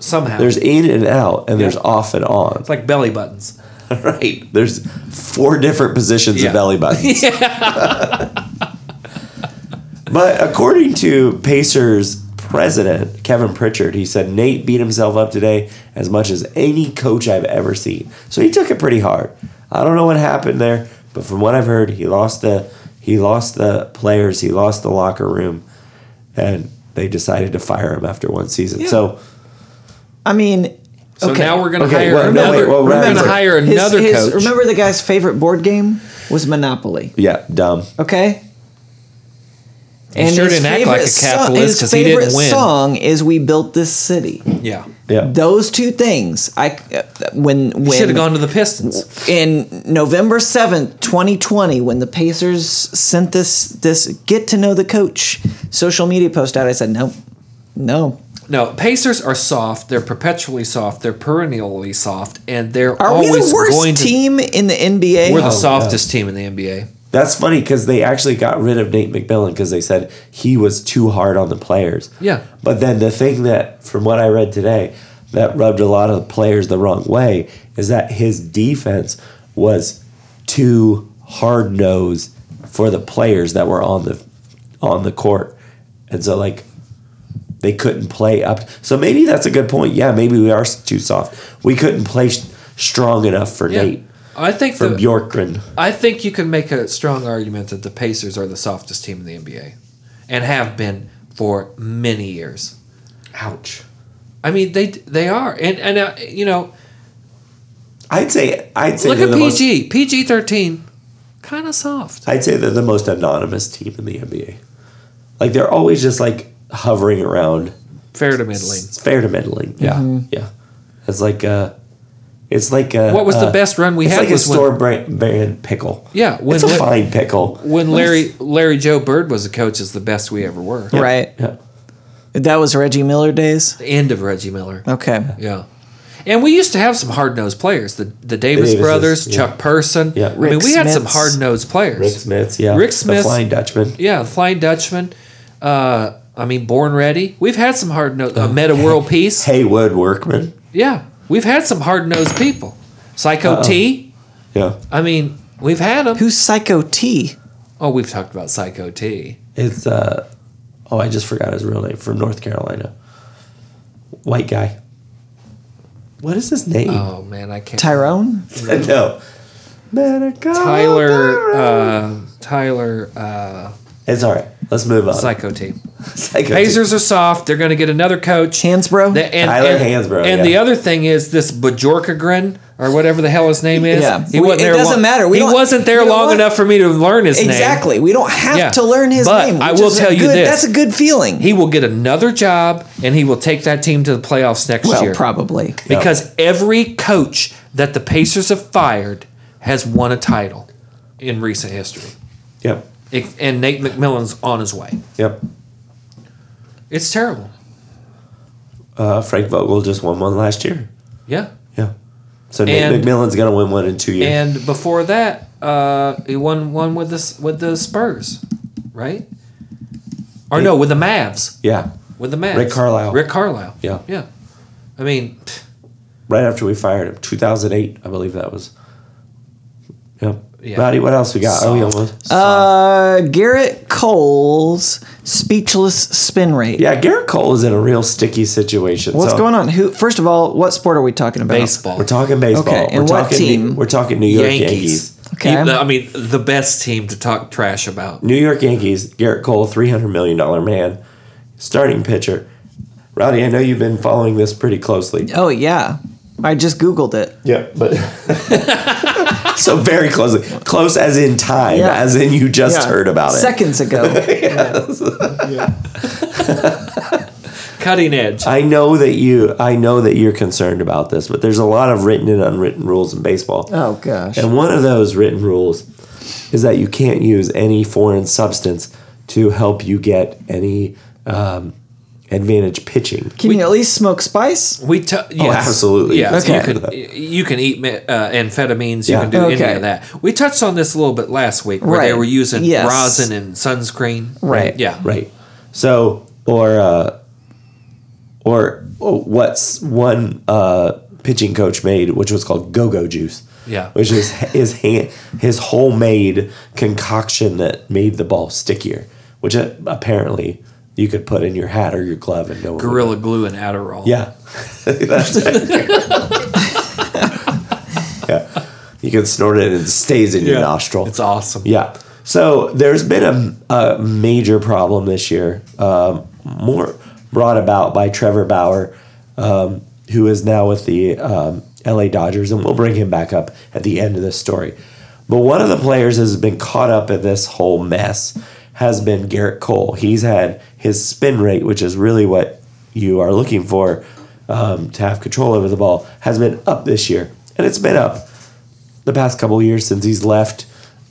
Speaker 2: Somehow
Speaker 1: There's in and out, and there's off and on.
Speaker 2: it's like belly buttons.
Speaker 1: Right. There's four different positions
Speaker 2: Yeah.
Speaker 1: of belly buttons. but according to Pacers president Kevin Pritchard, he said Nate beat himself up today as much as any coach I've ever seen. So he took it pretty hard. I don't know what happened there, but from what I've heard, he lost the he lost the players, he lost the locker room, and they decided to fire him after one season. So
Speaker 3: I mean,
Speaker 2: So
Speaker 3: okay.
Speaker 2: now we're going to
Speaker 1: Okay,
Speaker 2: hire
Speaker 1: well, no,
Speaker 2: another.
Speaker 1: wait, well,
Speaker 2: we're going to
Speaker 1: Rowdy's-
Speaker 2: hire
Speaker 3: His-
Speaker 2: another
Speaker 3: his-
Speaker 2: coach.
Speaker 3: Remember the guy's favorite board game was Monopoly.
Speaker 1: yeah, dumb.
Speaker 3: Okay.
Speaker 2: He sure didn't act like a capitalist
Speaker 3: his
Speaker 2: 'cause he didn't
Speaker 3: favorite
Speaker 2: win.
Speaker 3: song is "We Built This City."
Speaker 2: yeah,
Speaker 1: Yeah.
Speaker 3: Those two things, I
Speaker 2: he
Speaker 3: when
Speaker 2: should
Speaker 3: when
Speaker 2: have gone to the Pistons.
Speaker 3: in November seventh, twenty twenty, when the Pacers sent this this get to know the coach social media post out, I said no, no.
Speaker 2: No, Pacers are soft. They're perpetually soft. They're perennially soft, and they're
Speaker 3: Are we
Speaker 2: always going
Speaker 3: the worst
Speaker 2: to.
Speaker 3: team in the NBA?
Speaker 2: We're the
Speaker 1: no.
Speaker 2: softest team in the NBA.
Speaker 1: That's funny because they actually got rid of Nate McMillan because they said he was too hard on the players.
Speaker 2: Yeah.
Speaker 1: But then the thing that, from what I read today, that rubbed a lot of the players the wrong way is that his defense was too hard nosed for the players that were on the on the court, and so like they couldn't play up. So maybe that's a good point. Yeah, maybe we are s- too soft. We couldn't play s- strong enough for
Speaker 2: Yeah.
Speaker 1: Nate
Speaker 2: I think
Speaker 1: for
Speaker 2: the,
Speaker 1: Bjorkgren.
Speaker 2: I think you can make a strong argument that the Pacers are the softest team in the NBA, and have been for many years.
Speaker 1: Ouch.
Speaker 2: I mean, they they are, and and uh, you know,
Speaker 1: I'd say I'd say
Speaker 2: look
Speaker 1: they're
Speaker 2: at
Speaker 1: the most-
Speaker 2: PG PG thirteen, kind of soft.
Speaker 1: I'd say they're the most anonymous team in the NBA. Like they're always just like hovering around.
Speaker 2: Fair to middling.
Speaker 1: It's fair to middling. Yeah, yeah. It's like uh it's like uh
Speaker 2: Mm-hmm. What was the
Speaker 1: uh,
Speaker 2: best run we
Speaker 1: it's
Speaker 2: had
Speaker 1: like a
Speaker 2: was when-
Speaker 1: store brand, brand pickle.
Speaker 2: Yeah, when
Speaker 1: it's a
Speaker 2: Lar-
Speaker 1: fine pickle.
Speaker 2: When Larry Larry Joe Bird was a coach, is the best we ever were.
Speaker 3: right.
Speaker 1: yeah.
Speaker 3: That was Reggie Miller days.
Speaker 2: The end of Reggie Miller.
Speaker 3: Okay.
Speaker 2: Yeah. And we used to have some hard nosed players. The the Davis,
Speaker 1: Davises,
Speaker 2: brothers,
Speaker 1: yeah.
Speaker 2: Chuck Person.
Speaker 1: Yeah.
Speaker 2: I mean,
Speaker 3: Rick
Speaker 2: we had some
Speaker 3: Smits.
Speaker 2: hard nosed players.
Speaker 1: Rick Smith, yeah.
Speaker 2: Rick Smith.
Speaker 1: The Flying Dutchman.
Speaker 2: Yeah, the Flying Dutchman. Uh, I mean, Born Ready. We've had some hard nosed.
Speaker 1: Uh-huh.
Speaker 2: Uh, Meta World Peace.
Speaker 1: Haywood Workman.
Speaker 2: Yeah, we've had some hard nosed people. Psycho T.
Speaker 1: Yeah.
Speaker 2: I mean, we've had them.
Speaker 3: Who's Psycho T?
Speaker 2: Oh, we've talked about Psycho T.
Speaker 1: It's, uh, oh, I just forgot his real name from North Carolina. White guy. What is his name?
Speaker 2: Oh man, I can't.
Speaker 3: Tyrone?
Speaker 1: no. Medical
Speaker 2: Tyler.
Speaker 1: Tyrone.
Speaker 2: Uh, Tyler. Uh,
Speaker 1: it's all right. Let's move on.
Speaker 2: Psycho T.
Speaker 1: Psycho
Speaker 2: Pacers are soft. They're going to get another coach.
Speaker 3: Hansbro?
Speaker 2: The- and,
Speaker 1: Tyler
Speaker 2: and-
Speaker 1: Hansbrough,
Speaker 2: And
Speaker 1: yeah.
Speaker 2: the other thing is this Bajorkagrin or whatever the hell his name is.
Speaker 3: Yeah.
Speaker 2: he
Speaker 3: We-
Speaker 2: wasn't
Speaker 3: it
Speaker 2: there
Speaker 3: doesn't
Speaker 2: long-
Speaker 3: matter. We
Speaker 2: he
Speaker 3: don't-
Speaker 2: wasn't there
Speaker 3: you know
Speaker 2: long
Speaker 3: what?
Speaker 2: enough for me to learn his name.
Speaker 3: Exactly. We don't have
Speaker 2: Yeah.
Speaker 3: to learn his
Speaker 2: But
Speaker 3: name.
Speaker 2: I
Speaker 3: which
Speaker 2: will
Speaker 3: is a
Speaker 2: tell you
Speaker 3: good-
Speaker 2: this.
Speaker 3: That's a good feeling.
Speaker 2: He will get another job, and he will take that team to the playoffs next
Speaker 3: well,
Speaker 2: year.
Speaker 3: probably.
Speaker 2: because every coach that the Pacers have fired has won a title in recent history,
Speaker 1: Yep.
Speaker 2: It- and Nate McMillan's on his way.
Speaker 1: Yep.
Speaker 2: It's terrible.
Speaker 1: Uh, Frank Vogel just won one last year.
Speaker 2: Yeah.
Speaker 1: Yeah. So Nate
Speaker 2: And-
Speaker 1: McMillan's gonna win one in two years.
Speaker 2: And before that, uh, he won one with the with the Spurs, right? Or no, with the Mavs.
Speaker 1: yeah.
Speaker 2: With the Mavs.
Speaker 1: Rick Carlisle.
Speaker 2: Rick Carlisle.
Speaker 1: Yeah.
Speaker 2: Yeah. I mean, pfft,
Speaker 1: Right after we fired him, 2008, I believe that was. Yep.
Speaker 2: Yeah.
Speaker 1: Roddy, what else we got? Oh, we
Speaker 2: Soft.
Speaker 1: almost.
Speaker 3: Uh, Garrett Cole's speechless spin rate.
Speaker 1: yeah, Garrett Cole is in a real sticky situation.
Speaker 3: What's
Speaker 1: so
Speaker 3: going on? Who? First of all, what sport are we talking about?
Speaker 2: baseball.
Speaker 1: We're talking baseball.
Speaker 3: Okay,
Speaker 1: we're
Speaker 3: and what
Speaker 1: talking New,
Speaker 3: team?
Speaker 1: we're talking New York Yankees.
Speaker 2: Yankees.
Speaker 3: Okay.
Speaker 2: Even though- I mean, the best team to talk trash about.
Speaker 1: New York Yankees. Garrett Cole, 300 million dollar man, starting pitcher. Roddy, I know you've been following this pretty closely.
Speaker 3: Oh yeah, I just googled it.
Speaker 1: Yeah, but so very closely, close as in time,
Speaker 3: Yeah.
Speaker 1: as in you just
Speaker 3: Yeah.
Speaker 1: heard about it.
Speaker 3: seconds ago.
Speaker 2: Cutting edge.
Speaker 1: I know that you, I know that you're concerned about this, but there's a lot of written and unwritten rules in baseball,
Speaker 3: oh gosh.
Speaker 1: and one of those written rules is that you can't use any foreign substance to help you get any um, advantage pitching.
Speaker 3: Can you at least smoke spice?
Speaker 2: We t- yes.
Speaker 1: Oh, absolutely.
Speaker 2: Yeah,
Speaker 1: Okay.
Speaker 2: you can you can eat me- uh, amphetamines.
Speaker 1: Yeah.
Speaker 2: You can do any
Speaker 3: Okay.
Speaker 2: of that. We touched on this a little bit last week, where they
Speaker 3: Right.
Speaker 2: were using
Speaker 3: Yes.
Speaker 2: rosin and sunscreen.
Speaker 3: Right.
Speaker 2: Yeah.
Speaker 1: Right. So, or uh, or oh, what's one uh, pitching coach made, which was called go-go juice.
Speaker 2: Yeah.
Speaker 1: Which is his hand, his homemade concoction that made the ball stickier, which uh, apparently you could put in your hat or your glove and no one. would-
Speaker 2: Gorilla glue and Adderall.
Speaker 1: Yeah. That's yeah. You can snort it and it stays in your nostril.
Speaker 2: It's awesome.
Speaker 1: Yeah. So there's been a, a major problem this year, um, more brought about by Trevor Bauer, um, who is now with the um, LA Dodgers, and we'll bring him back up at the end of this story. But one of the players has been caught up in this whole mess has been Garrett Cole. He's had his spin rate, which is really what you are looking for um, to have control over the ball, has been up this year, and it's been up the past couple of years since he's left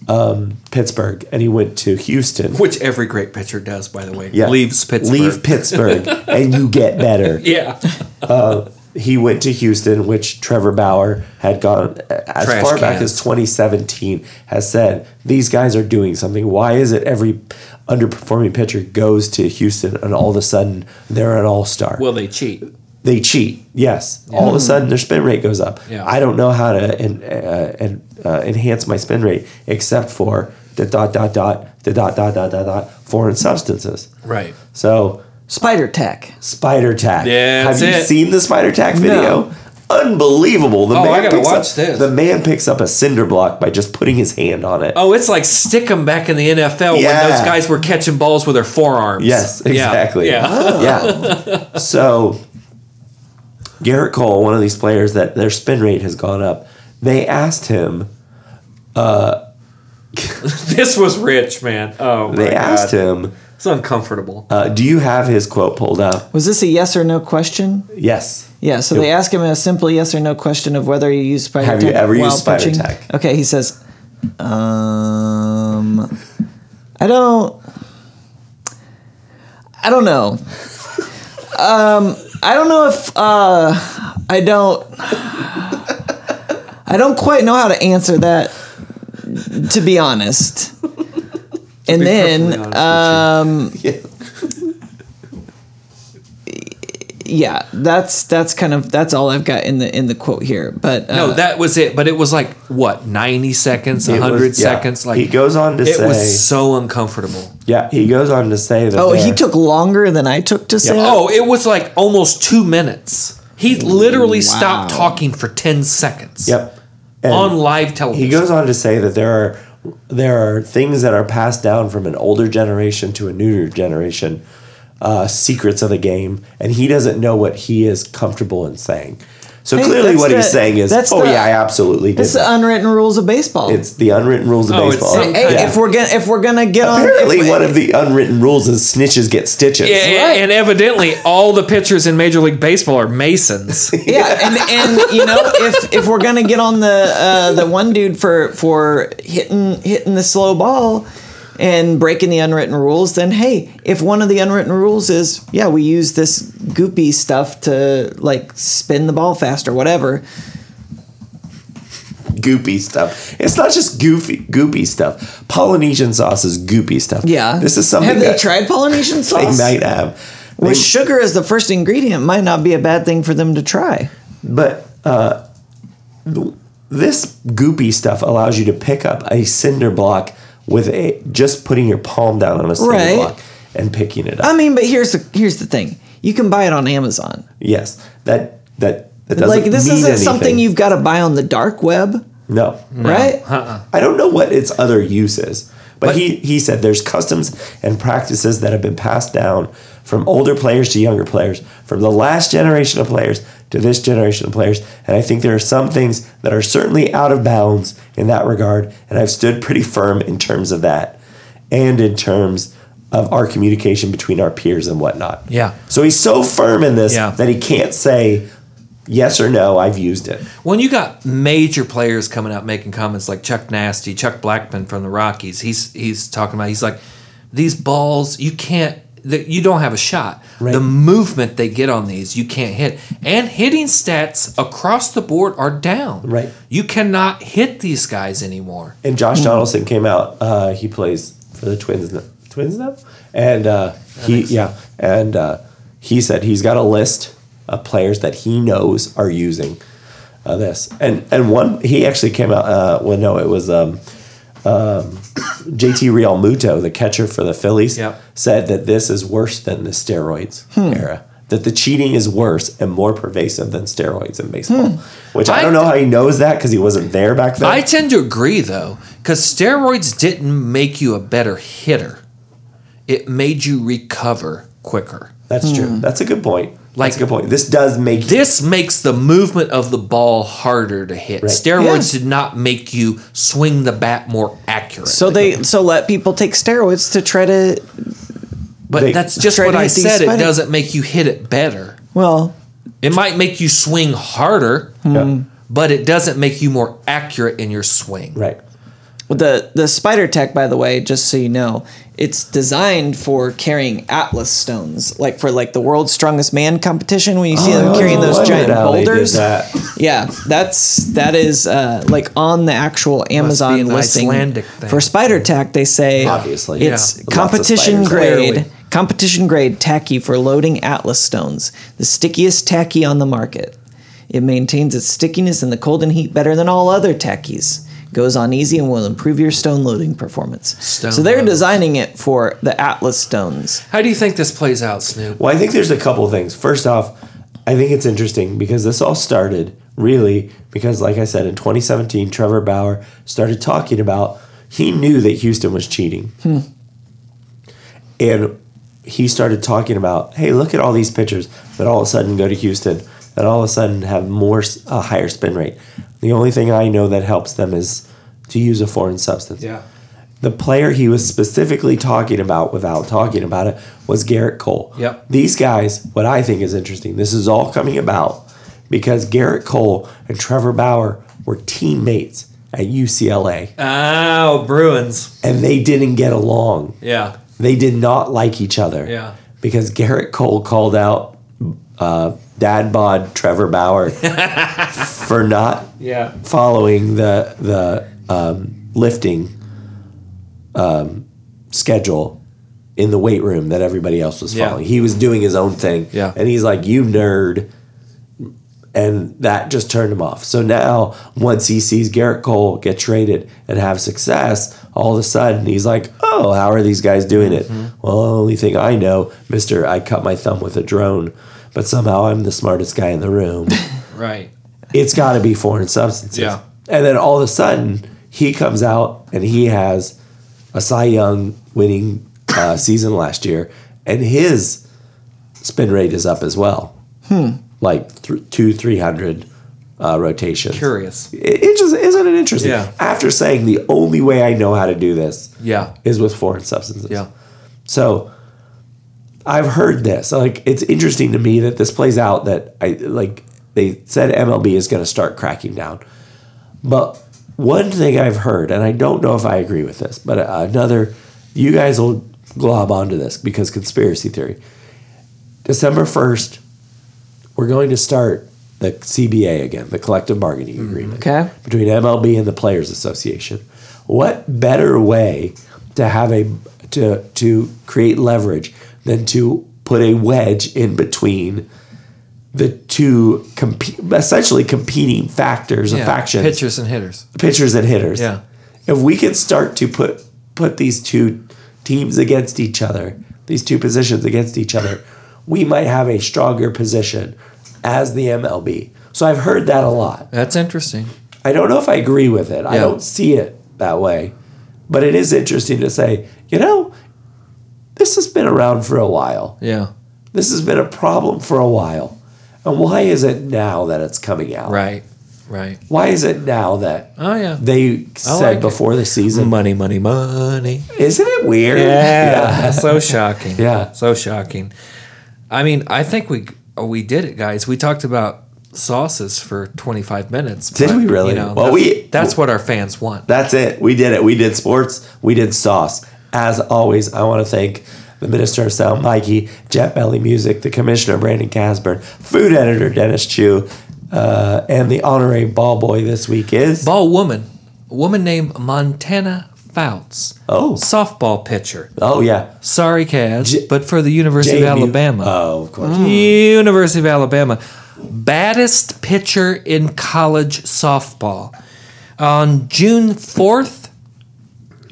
Speaker 1: um, Pittsburgh and he went to Houston.
Speaker 2: Which every great pitcher does, by the way.
Speaker 1: Yeah.
Speaker 2: Leaves Pittsburgh.
Speaker 1: Leave Pittsburgh and you get better.
Speaker 2: yeah.
Speaker 1: He went to Houston, which Trevor Bauer had gone as
Speaker 2: Trash
Speaker 1: far back
Speaker 2: cans.
Speaker 1: as 2017 has said these guys are doing something. Why is it every underperforming pitcher goes to Houston and all of a sudden they're an all star?
Speaker 2: Will they cheat?
Speaker 1: they cheat. Yes, all of a sudden their spin rate goes up.
Speaker 2: Yeah.
Speaker 1: I don't know how to en- uh, en- uh, enhance my spin rate except for the dot dot dot the dot dot dot dot dot foreign substances.
Speaker 2: Right.
Speaker 1: So
Speaker 3: Spider tech.
Speaker 1: spider tack.
Speaker 2: Yeah,
Speaker 1: Have
Speaker 2: that's
Speaker 1: you
Speaker 2: it.
Speaker 1: seen the spider tack video? Unbelievable. The
Speaker 2: Oh, I gotta
Speaker 1: picks
Speaker 2: watch
Speaker 1: up,
Speaker 2: this.
Speaker 1: The man picks up a cinder block by just putting his hand on it.
Speaker 2: Oh, it's like stick 'em back in the NFL
Speaker 1: Yeah.
Speaker 2: when those guys were catching balls with their forearms.
Speaker 1: Yes,
Speaker 2: Yeah.
Speaker 1: exactly.
Speaker 2: Yeah.
Speaker 1: Yeah. So Garrett Cole, one of these players that their spin rate has gone up, they asked him.
Speaker 2: this was rich, man. Oh, my
Speaker 1: They asked
Speaker 2: God.
Speaker 1: him,
Speaker 2: It's uncomfortable.
Speaker 1: uh, "Do you have his quote pulled up?"
Speaker 3: Was this a yes or no question?
Speaker 1: Yes.
Speaker 3: Yeah. So they ask him a simple yes or no question of whether you use spider
Speaker 1: Have
Speaker 3: tech.
Speaker 1: you ever
Speaker 3: while
Speaker 1: used spider
Speaker 3: pitching.
Speaker 1: tech?
Speaker 3: Okay. He says, um, I don't. I don't know. Um, I don't know if uh, I don't. I don't quite know how to answer that, to be honest. and then, um,
Speaker 1: Yeah.
Speaker 3: yeah, that's that's kind of that's all I've got in the in the quote here. But uh,
Speaker 2: No, that was it. But it was like what ninety seconds,
Speaker 1: It was-
Speaker 2: hundred
Speaker 1: yeah.
Speaker 2: seconds. Like
Speaker 1: He goes on to
Speaker 2: it
Speaker 1: say-
Speaker 2: was so uncomfortable.
Speaker 1: Yeah, he goes on to say that.
Speaker 3: oh, he
Speaker 1: there-
Speaker 3: took longer than I took to say.
Speaker 2: Oh, it was like almost two minutes. He literally
Speaker 3: Wow.
Speaker 2: stopped talking for ten seconds.
Speaker 1: Yep. And
Speaker 2: on live television.
Speaker 1: He goes on to say that there are there are things that are passed down from an older generation to a newer generation, uh, secrets of the game, and he doesn't know what he is comfortable in saying. So
Speaker 3: Hey,
Speaker 1: clearly,
Speaker 3: that's
Speaker 1: what he's
Speaker 3: the-
Speaker 1: saying is,
Speaker 3: that's
Speaker 1: "Oh
Speaker 3: the-
Speaker 1: yeah, I absolutely did."
Speaker 3: It's
Speaker 1: that."
Speaker 3: the unwritten rules of baseball.
Speaker 1: It's the unwritten rules of
Speaker 2: Oh, it's
Speaker 1: baseball.
Speaker 2: some
Speaker 3: hey,
Speaker 2: yeah.
Speaker 3: if we're gonna if we're gonna get on,
Speaker 1: Apparently,
Speaker 3: if we-
Speaker 1: one of the unwritten rules is snitches get stitches.
Speaker 2: Yeah, and-
Speaker 3: Right.
Speaker 2: and evidently all the pitchers in Major League Baseball are Masons.
Speaker 3: yeah, and and you know if if we're gonna get on the uh, the one dude for for hitting hitting the slow ball and breaking the unwritten rules, then hey, if one of the unwritten rules is yeah, we use this goopy stuff to like spin the ball fast or whatever.
Speaker 1: goopy stuff. It's not just goofy, goopy stuff. Polynesian sauce is goopy stuff.
Speaker 3: Yeah,
Speaker 1: this is something
Speaker 3: Have
Speaker 1: that
Speaker 3: they tried Polynesian
Speaker 1: they
Speaker 3: sauce?
Speaker 1: might have.
Speaker 3: With
Speaker 1: They-
Speaker 3: sugar as the first ingredient, might not be a bad thing for them to try.
Speaker 1: but uh, th- this goopy stuff allows you to pick up a cinder block with a just putting your palm down on a cinder
Speaker 3: Right. Um,
Speaker 1: block and picking it up.
Speaker 3: I mean, but here's the here's the thing: you can buy it on Amazon.
Speaker 1: yes, that that that doesn't
Speaker 3: Like this
Speaker 1: mean
Speaker 3: isn't
Speaker 1: anything.
Speaker 3: something you've got to buy on the dark web,
Speaker 1: no.
Speaker 3: right?
Speaker 1: I don't know what its other use is, but,
Speaker 2: But-
Speaker 1: he, he said there's customs and practices that have been passed down from older players to younger players, from the last generation of players to this generation of players. And I think there are some things that are certainly out of bounds in that regard. And I've stood pretty firm in terms of that and in terms of our communication between our peers and whatnot.
Speaker 2: Yeah.
Speaker 1: So he's so firm in this
Speaker 2: Yeah.
Speaker 1: that he can't say yes or no, I've used it.
Speaker 2: when you got major players coming out making comments like Chuck Nasty, Chuck Blackman from the Rockies, he's he's talking about he's like these balls you can't that you don't have a shot.
Speaker 1: Right.
Speaker 2: The movement they get on these you can't hit, and hitting stats across the board are down.
Speaker 1: Right.
Speaker 2: you cannot hit these guys anymore.
Speaker 1: And Josh Donaldson came out. Uh, he plays for the Twins. n- Twins now, and uh, he yeah, and uh, he said he's got a list of players that he knows are using uh, this. And and one he actually came out. Uh, well, no, it was um, um, JT Realmuto, the catcher for the Phillies,
Speaker 2: Yep.
Speaker 1: said that this is worse than the steroids era. That the cheating is worse and more pervasive than steroids in baseball, which I,
Speaker 2: I
Speaker 1: don't know how he knows that because he wasn't there back then.
Speaker 2: I tend to agree though, because steroids didn't make you a better hitter; it made you recover quicker.
Speaker 1: That's
Speaker 3: Hmm.
Speaker 1: true. That's a good point.
Speaker 2: Like-
Speaker 1: That's a good point. This does make
Speaker 2: This makes the movement of the ball harder to hit. Steroids did not make you swing the bat more accurate.
Speaker 3: So they so let people take steroids to try to
Speaker 2: but
Speaker 1: they-
Speaker 2: that's just
Speaker 3: Try to
Speaker 2: what I
Speaker 3: hit these
Speaker 2: said. It
Speaker 3: spin-
Speaker 2: doesn't make you hit it better.
Speaker 3: well
Speaker 2: It might make you swing harder,
Speaker 1: Yeah.
Speaker 2: but it doesn't make you more accurate in your swing.
Speaker 1: right.
Speaker 3: the the spider tech by the way just so you know it's designed for carrying atlas stones like for like the world's strongest man competition when you see them carrying
Speaker 1: No
Speaker 3: those
Speaker 1: Oh, wonder
Speaker 3: giant
Speaker 1: how they did
Speaker 3: boulders
Speaker 1: that.
Speaker 3: yeah that's that is uh like on the actual amazon
Speaker 2: an
Speaker 3: listing
Speaker 2: Icelandic thing.
Speaker 3: for spider tech they say
Speaker 1: Obviously.
Speaker 3: it's
Speaker 1: Yeah. Lots of
Speaker 3: competition
Speaker 1: spiders.
Speaker 3: grade
Speaker 2: Clearly.
Speaker 3: competition grade tacky for loading atlas stones the stickiest tacky on the market it maintains its stickiness in the cold and heat better than all other tackies goes on easy and will improve your stone loading performance
Speaker 2: Stone
Speaker 3: so they're
Speaker 2: loading.
Speaker 3: designing it for the atlas stones
Speaker 2: How do you think this plays out, Snoop?
Speaker 1: Well, I think there's a couple things. First off, I think it's interesting because this all started really because, like I said, in 2017, Trevor Bauer started talking about he knew that Houston was cheating. And he started talking about, hey, look at all these pitchers that all of a sudden go to Houston that all of a sudden have more a higher spin rate. The only thing I know that helps them is to use a foreign substance. The player he was specifically talking about without talking about it was Garrett Cole.
Speaker 2: Yep.
Speaker 1: These guys, what I think is interesting, this is all coming about because Garrett Cole and Trevor Bauer were teammates at UCLA
Speaker 2: Oh, Bruins.
Speaker 1: and they didn't get along.
Speaker 2: Yeah.
Speaker 1: They did not like each other.
Speaker 2: Yeah.
Speaker 1: Because Garrett Cole called out uh, dad bod Trevor Bauer for not
Speaker 2: Yeah.
Speaker 1: following the the um, lifting um, schedule in the weight room that everybody else was
Speaker 2: Yeah.
Speaker 1: following. He was doing his own thing,
Speaker 2: Yeah.
Speaker 1: and he's like, "You nerd." And that just turned him off. So now, once he sees Garrett Cole get traded and have success, all of a sudden he's like, "Oh, how are these guys doing it?"
Speaker 2: Mm-hmm.
Speaker 1: Well, the only thing I know, Mister, I cut my thumb with a drone, but somehow I'm the smartest guy in the room
Speaker 2: Right.
Speaker 1: it's got to be foreign substances.
Speaker 2: Yeah.
Speaker 1: And then all of a sudden, he comes out and he has a Cy Young winning uh, season last year, and his spin rate is up as well.
Speaker 2: Hmm.
Speaker 1: Like th- two, 300 uh, rotations.
Speaker 2: Curious.
Speaker 1: It, it just isn't it interesting.
Speaker 2: Yeah.
Speaker 1: After saying the only way I know how to do this
Speaker 2: Yeah.
Speaker 1: is with foreign substances.
Speaker 2: Yeah.
Speaker 1: So I've heard this. Like it's interesting to me that this plays out that I like they said MLB is going to start cracking down. But one thing I've heard and I don't know if I agree with this, but another you guys will glob onto this because conspiracy theory. December 1st we're going to start the CBA again, the collective bargaining agreement
Speaker 3: Okay.
Speaker 1: between MLB and the Players Association. What better way to have a to to create leverage than to put a wedge in between the two comp- essentially competing factors or
Speaker 2: Yeah.
Speaker 1: factions,
Speaker 2: Pitchers and hitters.
Speaker 1: pitchers and hitters.
Speaker 2: Yeah.
Speaker 1: If we could start to put put these two teams against each other, these two positions against each other, we might have a stronger position as the MLB. So I've heard that a lot.
Speaker 2: That's interesting.
Speaker 1: I don't know if I agree with it. I
Speaker 2: Yeah.
Speaker 1: don't see it that way. But it is interesting to say, you know, this has been around for a while.
Speaker 2: Yeah.
Speaker 1: This has been a problem for a while. And why is it now that it's coming out?
Speaker 2: Right. Right.
Speaker 1: Why is it now that
Speaker 2: Oh yeah.
Speaker 1: they said
Speaker 2: like it.
Speaker 1: before the season?
Speaker 2: money, money, money.
Speaker 1: Isn't it weird?
Speaker 2: Yeah. so shocking.
Speaker 1: Yeah.
Speaker 2: So shocking. I mean, I think we we did it, guys. We talked about sauces for 25 minutes.
Speaker 1: Did we really? Well,
Speaker 2: that's,
Speaker 1: we-
Speaker 2: that's what our fans want.
Speaker 1: That's it. We did it. We did sports. We did sauce. As always, I want to thank the Minister of Sound, Mikey, Jet Belly Music, the Commissioner, Brandon Casburn, Food Editor, Dennis Chu, uh, and the honorary ball boy this week is.
Speaker 2: Ball woman, a woman named Montana Fouts.
Speaker 1: Oh.
Speaker 2: Softball pitcher.
Speaker 1: Oh, yeah.
Speaker 2: Sorry, Kaz,
Speaker 1: J-
Speaker 2: but for the University
Speaker 1: JMU.
Speaker 2: of Alabama.
Speaker 1: Oh, of course.
Speaker 2: University of Alabama. Baddest pitcher in college softball. On June 4th,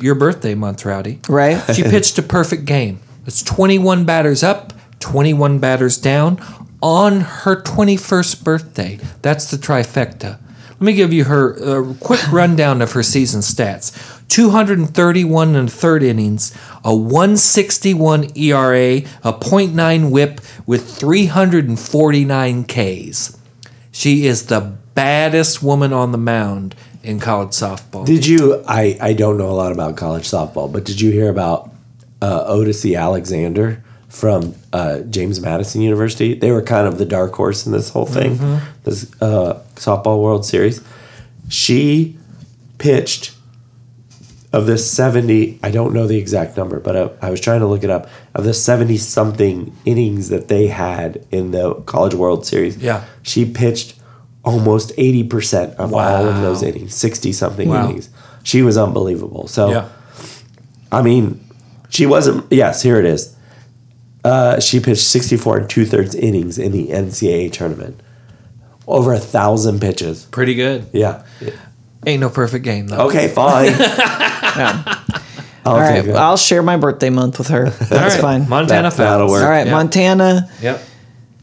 Speaker 2: your birthday month, Rowdy,
Speaker 3: Right?
Speaker 2: she pitched a perfect game. It's 21 batters up, 21 batters down on her 21st birthday. That's the trifecta. Let me give you her a quick rundown of her season stats 231 and third innings, a 161 ERA, a .9 whip with 349 Ks. She is the baddest woman on the mound in college softball.
Speaker 1: Did you? I, I don't know a lot about college softball, but did you hear about uh, Odyssey Alexander from uh, James Madison University? They were kind of the dark horse in this whole thing,
Speaker 2: Mm-hmm.
Speaker 1: this uh, softball World Series. She pitched of the 70, I don't know the exact number, but I, I was trying to look it up, of the 70 something innings that they had in the College World Series.
Speaker 2: Yeah.
Speaker 1: She pitched almost 80% of all of those
Speaker 2: Wow.
Speaker 1: innings, 60 something
Speaker 2: Wow.
Speaker 1: innings. She was unbelievable. So,
Speaker 2: yeah.
Speaker 1: I mean, she wasn't, yes, here it is. Uh, she pitched 64 and two thirds innings in the NCAA tournament. Over a thousand pitches.
Speaker 2: Pretty good.
Speaker 1: Yeah.
Speaker 2: Ain't no perfect game though.
Speaker 1: Okay, fine. I'll
Speaker 3: All right.
Speaker 1: take it.
Speaker 3: I'll share my birthday month with her. That's
Speaker 2: right,
Speaker 3: fine.
Speaker 2: Montana
Speaker 1: That- that'll
Speaker 2: Fouts.
Speaker 1: work.
Speaker 3: All right,
Speaker 2: Yeah.
Speaker 3: Montana,
Speaker 2: Yep.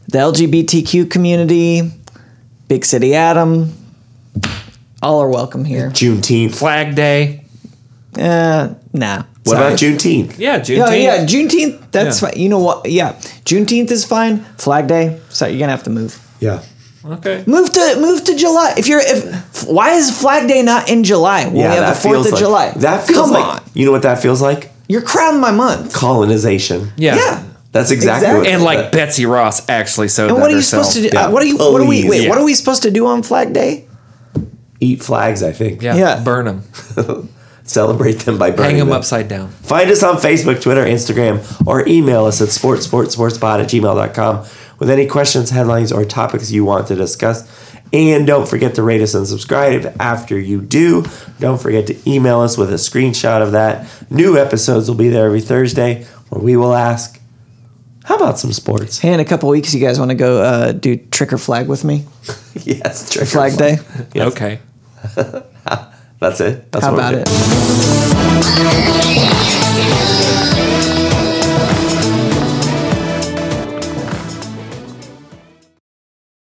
Speaker 3: the LGBTQ community, Big City Adam, all are welcome here.
Speaker 1: Juneteenth.
Speaker 2: Flag Day.
Speaker 3: Uh, nah.
Speaker 1: What
Speaker 3: Sorry.
Speaker 1: about Juneteenth?
Speaker 2: Yeah, Juneteenth.
Speaker 3: Yeah, Oh, yeah, Juneteenth. That's
Speaker 2: Yeah.
Speaker 3: fine. You know what? Yeah, Juneteenth is fine. Flag Day. So you're gonna have to move.
Speaker 1: Yeah.
Speaker 2: Okay.
Speaker 3: Move to move to July. If you're if why is Flag Day not in July? Well, we have the Fourth of
Speaker 1: like,
Speaker 3: July.
Speaker 1: That feels
Speaker 3: Come
Speaker 1: like
Speaker 3: on.
Speaker 1: you know what that feels like?
Speaker 3: You're crowning my month.
Speaker 1: Colonization.
Speaker 2: Yeah.
Speaker 3: Yeah.
Speaker 1: That's exactly,
Speaker 3: Exactly.
Speaker 1: what
Speaker 2: And like
Speaker 1: that-
Speaker 2: Betsy Ross actually so
Speaker 3: And what are you supposed to do?
Speaker 1: Yeah,
Speaker 3: uh, what are you? What are we?
Speaker 1: please.
Speaker 3: Wait. What
Speaker 2: Yeah.
Speaker 3: are we supposed to do on Flag Day?
Speaker 1: eat flags, I think.
Speaker 2: Yeah.
Speaker 3: Yeah.
Speaker 2: Burn them.
Speaker 1: Celebrate them by burning
Speaker 2: Hang them
Speaker 1: them
Speaker 2: upside down.
Speaker 1: Find us on Facebook, Twitter, Instagram, or email us at sportsportsportspod at gmail.com. with any questions, headlines, or topics you want to discuss. And don't forget to rate us and subscribe after you do. Don't forget to email us with a screenshot of that. New episodes will be there every Thursday where we will ask, How about some sports?
Speaker 3: Hey, in a couple weeks, you guys want to go uh, do trick or flag with me?
Speaker 1: yes, trick or
Speaker 3: Flag day.
Speaker 1: Yes.
Speaker 2: Okay.
Speaker 1: That's it. That's
Speaker 3: How
Speaker 1: what we're
Speaker 3: about
Speaker 1: doing.
Speaker 3: it?
Speaker 4: Thank you.